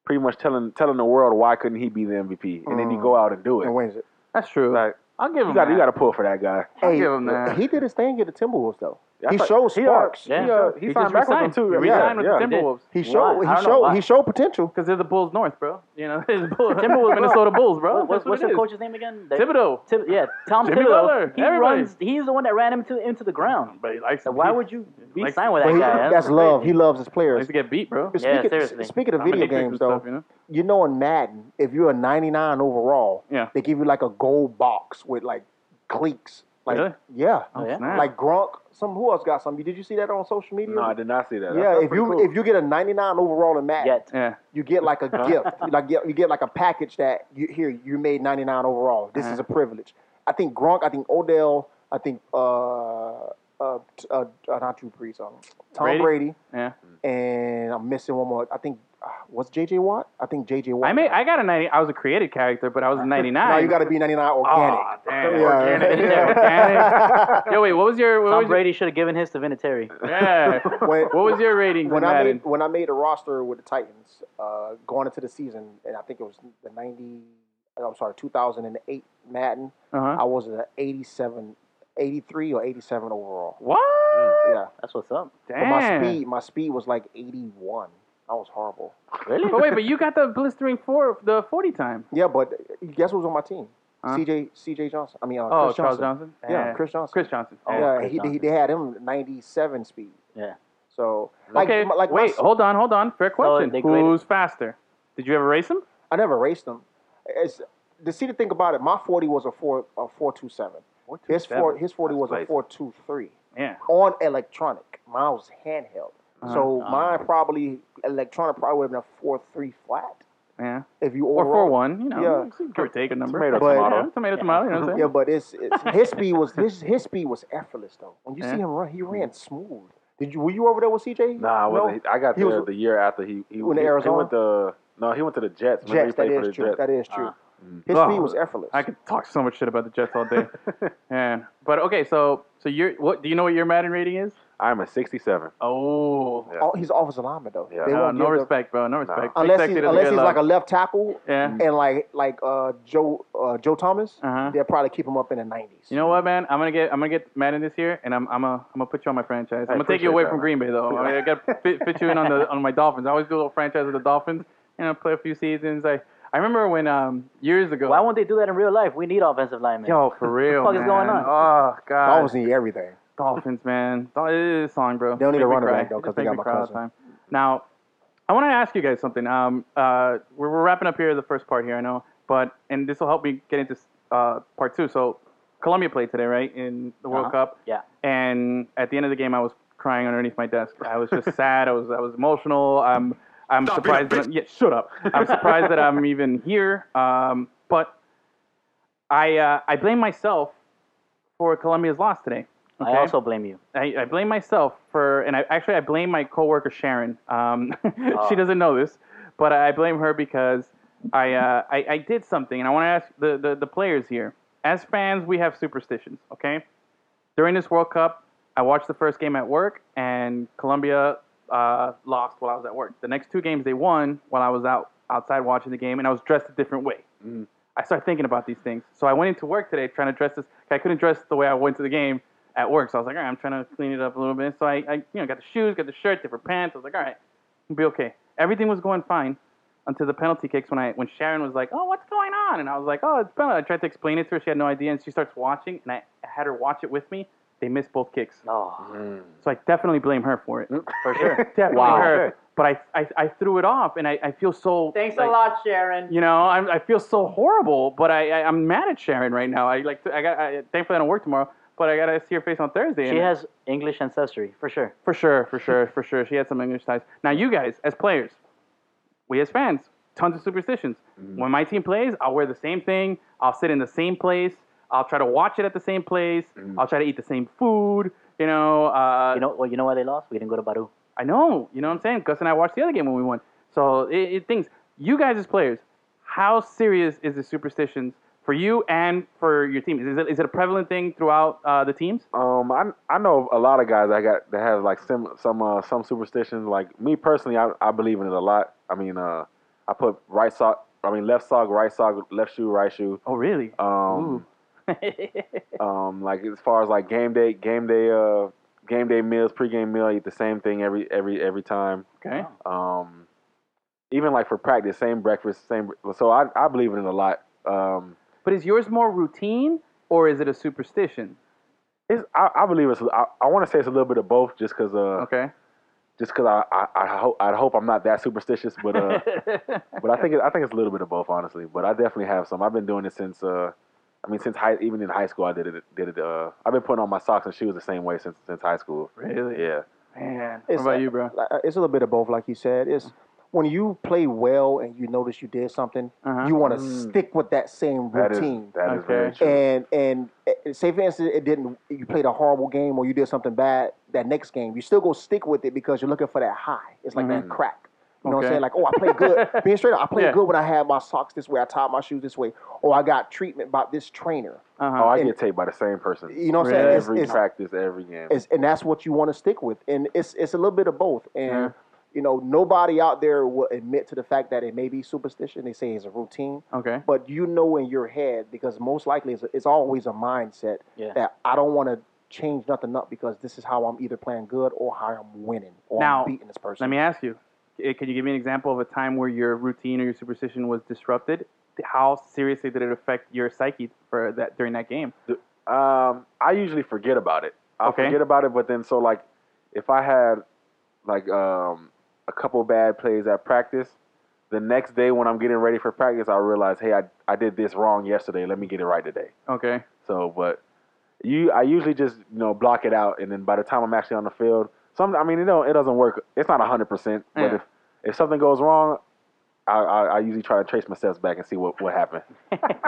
pretty much telling telling the world why couldn't he be the MVP, and then you Mm. go out and do it. and wins it. That's true. Like, I'll give him you got, you that. got to pull for that guy. I'll give him that. he did his thing at the Timberwolves though. I He thought- showed he, uh, sparks. He, Yeah. uh, He he, just signed back with resigned. them too. He Yeah, resigned with yeah. the Timberwolves. He showed I he don't know showed why. he showed potential. Because they're the Bulls North, bro. You know, (laughs) it's (laughs) Bull- Timberwolves, Minnesota Bulls, bro. What- What's, That's what what's it the is. coach's name again? That- Thibodeau. Thib- yeah, Tom Jimmy Butler, Thibodeau. He everybody. runs. He's the one that ran him to into the ground. But he likes So to why beat- would you be Like- signed with But that he, guy? that's love. He loves his likes players. to get beat, bro? But Yeah, speaking, seriously. speaking of I'm video addicted to games, though, stuff, you know? you know in Madden, if you're a 99 overall, Yeah. they give you like a gold box with like cliques. Like, Really? Yeah. Oh, yeah? snap. Like Gronk. Some who else got some? Did you see that on social media? No, I did not see that. yeah. If you if you get a 99 overall in Madden, Yet. Yeah. you get (laughs) like a gift. You Like get, you get like a package that you here you made 99 overall. This Uh-huh. is a privilege. I think Gronk. I think Odell. I think uh uh, t- uh, uh not Drew Brees. Um, Tom Brady? Brady. Yeah. And I'm missing one more. I think uh, was JJ Watt. I think JJ Watt. I made. I got a ninety. I was a created character, but I was a ninety-nine. (laughs) no, you got to be 99 organic. Aw, Oh, damn. Yeah. Organic. (laughs) Yeah. (laughs) Organic. Yo, wait. What was your? What Tom was Brady should have given his to Vinatieri. Your, yeah. (laughs) When- What was your rating? when in I Madden? made when I made a roster with the Titans, uh, going into the season, and I think it was the ninety. I'm sorry, 2008 Madden. Uh-huh. I was an 87, 83 or 87 overall. What? Yeah, That's what's up. but my Damn. speed, my speed was like 81. I was horrible. Really? But wait, but you got the blistering four, the forty time. Yeah, but guess who was on my team? Huh? CJ, CJ Johnson. I mean, uh, Oh, Chris Charles Johnson. Johnson. Yeah, Chris Oh, Johnson. Chris Johnson. Yeah. yeah, Chris he, he, Johnson. they had him 97 speed. Yeah. So like, Okay. like Oh, my- wait. Hold on. Hold on. Fair question. they graded- Who's faster? Did you ever race him? I never raced them. It's the see the thing about it. My forty was a four a four two seven. His four his forty was a crazy. four two three Yeah. on electronic. Mine was handheld. So mine probably electronic probably would have been a four three flat Yeah. if you Or overall. four one. You know. Yeah. Give or take a number. Tomato, But- tomato. Yeah, tomato. Tomato. You know (laughs) what I'm saying? Yeah, but it's, it's his speed was his his speed was effortless though. When you Yeah. see him run, he ran smooth. Did you were you over there with CJ? Nah, I wasn't. I got He was- there the year after he he, Went to he, Arizona? He went to, no, he went to the Jets. Remember Jets, he that played for is the true. Jets. That is true. His Oh. speed was effortless. I could talk so much shit about the Jets all (laughs) day. Man. But okay, so so you're what do you know what your Madden rating is? I'm a 67. Oh. Oh, he's offensive lineman though. Yeah. They No, won't Uh, no give the- respect, bro. No respect. Big unless Sexy he's, doesn't unless get he's love. like a left tackle Yeah. and like like uh, Joe uh, Joe Thomas, Uh-huh. they'll probably keep him up in the nineties. You know what, man? I'm gonna get I'm gonna get Madden this year, and I'm I'm a, I'm gonna put you on my franchise. I'm gonna take you appreciate away that, from man. Green Bay, though. I mean, I (laughs) gotta fit, fit you in on the on my Dolphins. I always do a little franchise with the Dolphins. You know, play a few seasons. I I remember when um years ago. Why won't they do that in real life? We need offensive linemen. Yo, for real. fuck is going man. on? Oh god. Dolphins need everything. Dolphins, man. Dol- It is a song, bro. They don't need Make a me running cry. back, though, It 'cause just they make got me my cry all the time. cousin. Now, I want to ask you guys something. Um, uh, we're, we're wrapping up here the first part here, I know, but and this will help me get into uh, part two. So, Colombia played today, right, in the Uh-huh. World Cup. Yeah. And at the end of the game, I was crying underneath my desk. I was just (laughs) sad. I was I was emotional. I'm I'm Stop being a surprised. That, yeah, shut up. I'm surprised that I'm even here. Um, but I uh, I blame myself for Colombia's loss today. I okay? also blame you. I, I blame myself for, and I actually I blame my coworker Sharon. Um, (laughs) She doesn't know this, but I blame her because I uh, I, I did something, and I want to ask the, the the players here. As fans, we have superstitions. Okay, during this World Cup, I watched the first game at work, and Colombia uh, lost while I was at work. The next two games they won while I was out outside watching the game, and I was dressed a different way. I started thinking about these things. So I went into work today trying to dress this. I couldn't dress the way I went to the game at work. So I was like, all right, I'm trying to clean it up a little bit. So I, I you know, got the shoes, got the shirt, different pants. I was like, all right, I'll be okay. Everything was going fine until the penalty kicks when I when Sharon was like, oh, what's going on? And I was like, oh, it's penalty. I tried to explain it to her. She had no idea, and she starts watching, and I had her watch it with me. They missed both kicks. Oh, So I definitely blame her for it. for sure. (laughs) definitely Wow. her. But I, I, I threw it off, and I, I feel so. like, lot, Sharon. you know, I'm, I feel so horrible, but I, I I'm mad at Sharon right now. I like I got I, thankfully I don't work tomorrow, but I gotta see her face on Thursday. She and- has English ancestry for sure. For sure, for sure, for sure. She had some English ties. Now, you guys, as players, we as fans, tons of superstitions. When my team plays, I'll wear the same thing. I'll sit in the same place. I'll try to watch it at the same place. I'll try to eat the same food. You know, uh, You know, well, you know why they lost? We didn't go to Baru. I know. You know what I'm saying? Gus and I watched the other game when we won. So it, it things. You guys as players, how serious is the superstitions for you and for your team? Is it, is it a prevalent thing throughout uh, the teams? Um, I I know a lot of guys I got that have like some some uh, some superstitions. Like me personally, I, I believe in it a lot. I mean, uh, I put right sock, I mean left sock, right sock, left shoe, right shoe. Oh, really? Um, um, like as far as like game day, game day, uh, game day meals, pregame meal, I eat the same thing every every every time. okay. Um, even like for practice, same breakfast, same. So I I believe in it a lot. Um, But is yours more routine or is it a superstition? It's, I, I believe it's. I, I want to say it's a little bit of both, just because. Uh, Okay. Just because I, I, I hope I hope I'm not that superstitious, (laughs) but uh, but I think it, I think it's a little bit of both, honestly. But I definitely have some. I've been doing it since. Uh, I mean, since high, even in high school, I did it. Did it. Uh, I've been putting on my socks and shoes the same way since since high school. Really? Yeah. Man. It's what about a- you, bro? Uh-huh. like, uh, it's a little bit of both, like you said. It's when you play well and you notice you did something, Uh-huh. you want to stick with that same That is. routine. That is Okay. very true. and and uh, say for instance it didn't you played a horrible game or you did something bad that next game you still go stick with it because you're looking for that high it's like that crack you know Mm-hmm. what Okay. I'm saying? Like, oh, I played (laughs) good. Being straight up, I played Yeah. good when I had my socks this way, I tied my shoes this way, or I got treatment by this trainer. Uh-huh. oh, I get taped by the same person. You know what I'm saying? It's- every it's- practice, every game. It's, and that's what you want to stick with. And it's it's a little bit of both. And you know, nobody out there will admit to the fact that it may be superstition. They say it's a routine. okay. but you know in your head because most likely it's, it's always a mindset Yeah. that I don't want to change nothing up because this is how I'm either playing good or how I'm winning or Now, I'm beating this person. Let me ask you. eh, Can you give me an example of a time where your routine or your superstition was disrupted? How seriously did it affect your psyche for that during that game? Um, I usually forget about it. I will Okay. forget about it, but then so like, if I had like um, a couple bad plays at practice, the next day when I'm getting ready for practice, I realize, hey, I I did this wrong yesterday. Let me get it right today. Okay. So, but you, I usually just you know block it out, and then by the time I'm actually on the field, some I mean, you know, it doesn't work. It's not hundred percent, but Yeah. if if something goes wrong. I, I, I usually try to trace my steps back and see what, what happened.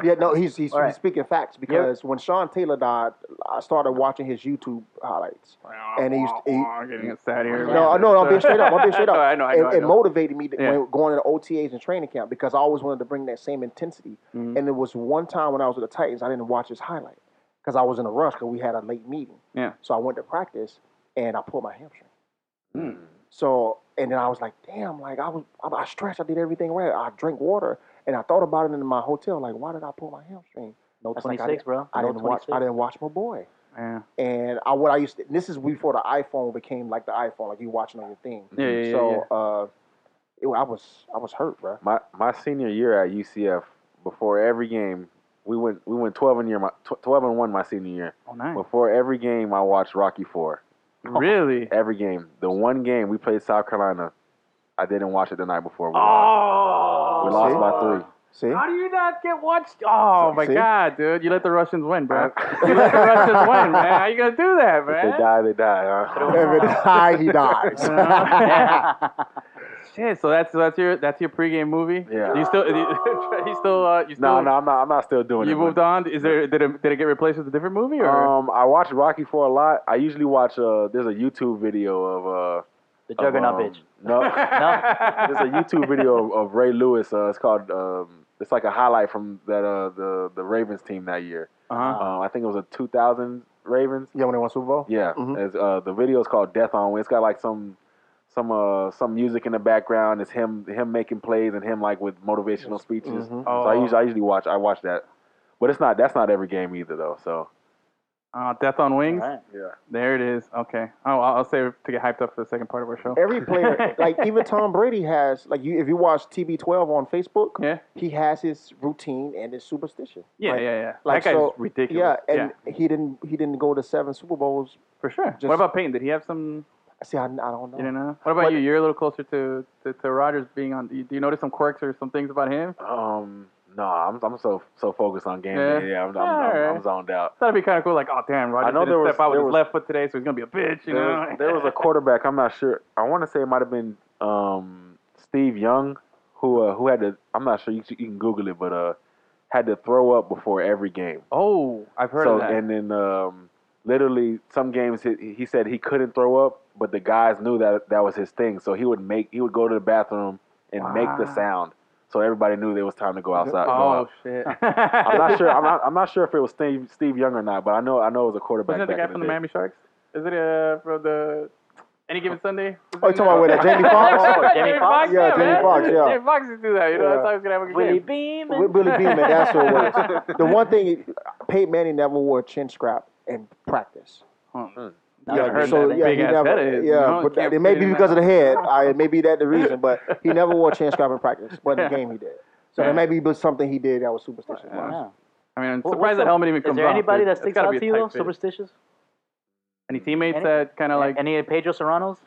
yeah, no, he's he's, right. he's speaking facts because when Sean Taylor died, I started watching his YouTube highlights, and he, used to- he I'm getting sad here. No, I know. I'm being straight up. (laughs) I'm being straight up. No, I know. I know. it, I it know. motivated me to, Yeah. when going into OTAs and training camp because I always wanted to bring that same intensity. Mm-hmm. And there was one time when I was with the Titans, I didn't watch his highlight because I was in a rush because we had a late meeting. Yeah. So I went to practice and I pulled my hamstring. Hmm. So and then I was like, damn, like I was, I, I stretched, I did everything right. I drank water and I thought about it in my hotel, like, why did I pull my hamstring? No That's like, I 26, didn't- bro. I no didn't watch. 26. I didn't watch my boy. yeah. And I what I used to, this is before the iPhone became like the iPhone, like you watching on your thing. Yeah, yeah, yeah, so uh, it, I was I was hurt, bro. My my senior year at UCF, before every game, we went we went twelve and year my tw- twelve and one my senior year. Oh, Hmm. nice. Before every game, I watched Rocky Four. oh. Really? Every game, the one game we played South Carolina, I didn't watch it the night before. We lost. Oh. We lost see? by three. See, How do you not get watched? Oh my See? god, dude! You let the Russians win, bro. (laughs) you let the Russians win, man. How you gonna do that, They Oh, man? die, they die. Huh? every (laughs) time (laughs) he dies. Uh-huh. Shit. So that's that's your that's your pregame movie. Yeah. You still (laughs) you, you still uh, you still (laughs) no, no, I'm not. I'm not still doing you it. moved on. Is there did it, did it get replaced with a different movie (laughs) or? Um, I watch Rocky Four a lot. I usually watch. Uh, there's a YouTube video of. Uh, the of, Oh, juggernaut um, bitch. No. There's a YouTube video of, of Ray Lewis. Uh, it's called. Um, it's like a highlight from that uh, the the Ravens team that year. uh-huh. Uh, I think it was a 2000 Ravens. (laughs) you want to win Super Bowl? Yeah, Mm-hmm. it's, uh, the video is called Death on. Wing. It's got like some some uh, some music in the background. It's him him making plays and him like with motivational speeches. So I Oh. usually I usually watch I watch that, but it's not that's not every game either though. So Uh, Death on Wings. All right. There it is. Okay. Oh, I'll, I'll save it to get hyped up for the second part of our show. Every player, like even Tom Brady has, like you, if you watch TB12 on Facebook, Yeah. he has his routine and his superstition. Yeah, like, yeah, yeah. Like that guy's so, ridiculous. Yeah, and he didn't he didn't go to seven Super Bowls. for sure. just- what about Peyton? Did he have some? See, I, I don't know. You don't know. What about What- you? You're a little closer to, to, to Rogers being on. Do you, do you notice some quirks or some things about him? um, No, I'm I'm so so focused on game. Yeah. day. Yeah, I'm, I'm, All I'm, right. I'm zoned out. That'd be kind of cool. Like, oh damn, Roger I know didn't there was- step out with there his was- left foot today, so he's gonna be a bitch. You there, know, was, there was a quarterback. I'm not sure. I want to say it might have been um, Steve Young, who uh, who had to. I'm not sure. You, you can Google it, but uh, had to throw up before every game. (laughs) oh, I've heard of so that. and then um, literally some games he, he said he couldn't throw up, but the guys knew that that was his thing. So he would make he would go to the bathroom and make Wow. the sound, so everybody knew it was time to go outside. go oh out. shit. (laughs) I'm not sure. I'm not, I'm not sure if it was Steve, Steve Young or not, but I know I know it was a quarterback. Wasn't that the back guy in from the day. Miami Sharks? Is it uh from the Any Given Sunday? Oh, you talking about with (laughs) that Jamie Foxx? Oh, Jamie Jamie Fox? Fox, Yeah, Jamie man. Fox, yeah. Jamie Fox used to do that. You know, Yeah. that's how he's gonna have a good Willie game. With Beeman. Billy Beeman, that's (laughs) what it was. The one thing, Peyton Manning never wore a chin strap in practice. Now Yeah, I Hmm. heard so, that. yeah. big-ass head is, you yeah, know, but can't it may fit be in because of that. the head. (laughs) I, it may be that the reason, but he never wore a chin strap in practice, but in the game he did. So Yeah. there may be but something he did that was superstitious. Yeah. Wow. I mean, I'm What- surprised what's that the- helmet even comes Is there off, anybody dude. that It's sticks gotta out be a to you, though? tight fit. Superstitious? Any teammates Any- that kind of like, Any Pedro Serranos?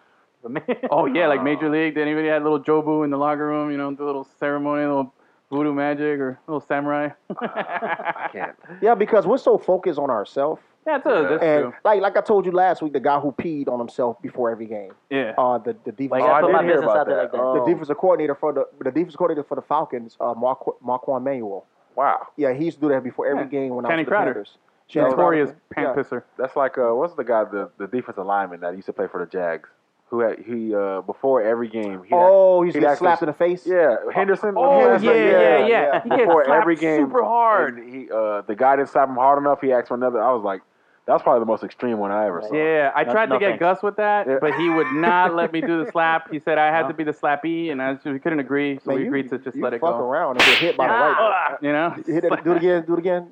(laughs) For me? oh yeah, like Major League. Did anybody had a little Jobu in the locker room? You know, do a little ceremony, a little voodoo magic, or a little samurai. I can't. Yeah, because we're so focused on ourselves. That's, a, that's And true. like like I told you last week, the guy who peed on himself before every game, Yeah. uh, the the defense, Like, Oh, I I put my did hear business about out there that. like that. Oh. the defensive coordinator for the the defensive coordinator for the Falcons, uh, Marqu- Marquand Manuel. Wow, Yeah, he used to do that before every game when Kenny I was with Crowder. the Panthers. Yeah, Notorious yeah. pant pisser. that's like uh, what's the guy the the defensive lineman that used to play for the Jags? Who had he uh, before every game? He Oh, he's he'd getting actually- slapped in the face. yeah, Henderson. Oh Henderson, yeah, yeah, yeah. He gets Before slapped every game, super hard. and he uh, the guy didn't slap him hard enough. He asked for another. I was like, that's probably the most extreme one I ever saw. Yeah, I No- tried no to get thanks. Gus with that, Yeah. but he would not let me (laughs) do the slap. He said I had to be the slappy, and I just, we couldn't agree, so Man, we you- agreed to just you let it fuck go. around and get hit by the right. Ah, you know, Hit it, do it again. Do it again.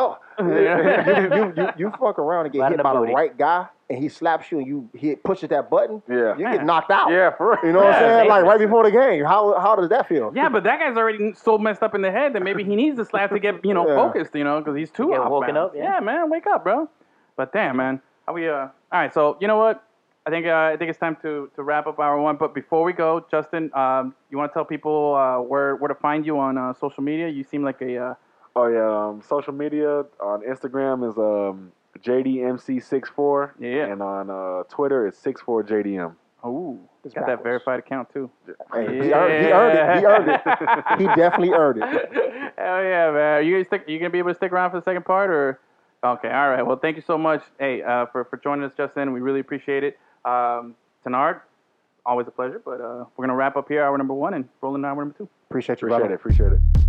Oh, you, (laughs) you, you, you fuck around and get Right in hit the by booty. the right guy, and he slaps you, and you he pushes that button. Yeah. you get knocked out. Yeah, for real. you know what I'm Yeah, saying? Like dangerous. right before the game. How how does that feel? yeah, but that guy's already so messed up in the head that maybe he needs the slap to get you know Yeah. focused, you know, because he's too Get off woken balance. up, yeah. man, wake up, bro. But damn, man, are we? Uh, all right, so you know what? I think uh, I think it's time to to wrap up hour one. But before we go, Justin, um, you want to tell people uh, where where to find you on uh, social media? You seem like a uh, Oh yeah, um, social media on Instagram is um, JDMC64. Yeah. And on uh, Twitter it's 64JDM. oh, got It's that backwards. verified account too. Hey, he, earned, he earned it. He earned it. He definitely earned it. Hell yeah, man. Are you gonna stick, you gonna be able to stick around for the second part, or okay, all right. Well, thank you so much, hey, uh, for for joining us, Justin. We really appreciate it. Um, Tenard, always a pleasure. But uh, we're gonna wrap up here, hour number one, and roll into hour number two. Appreciate you, Appreciate brother. it. Appreciate it.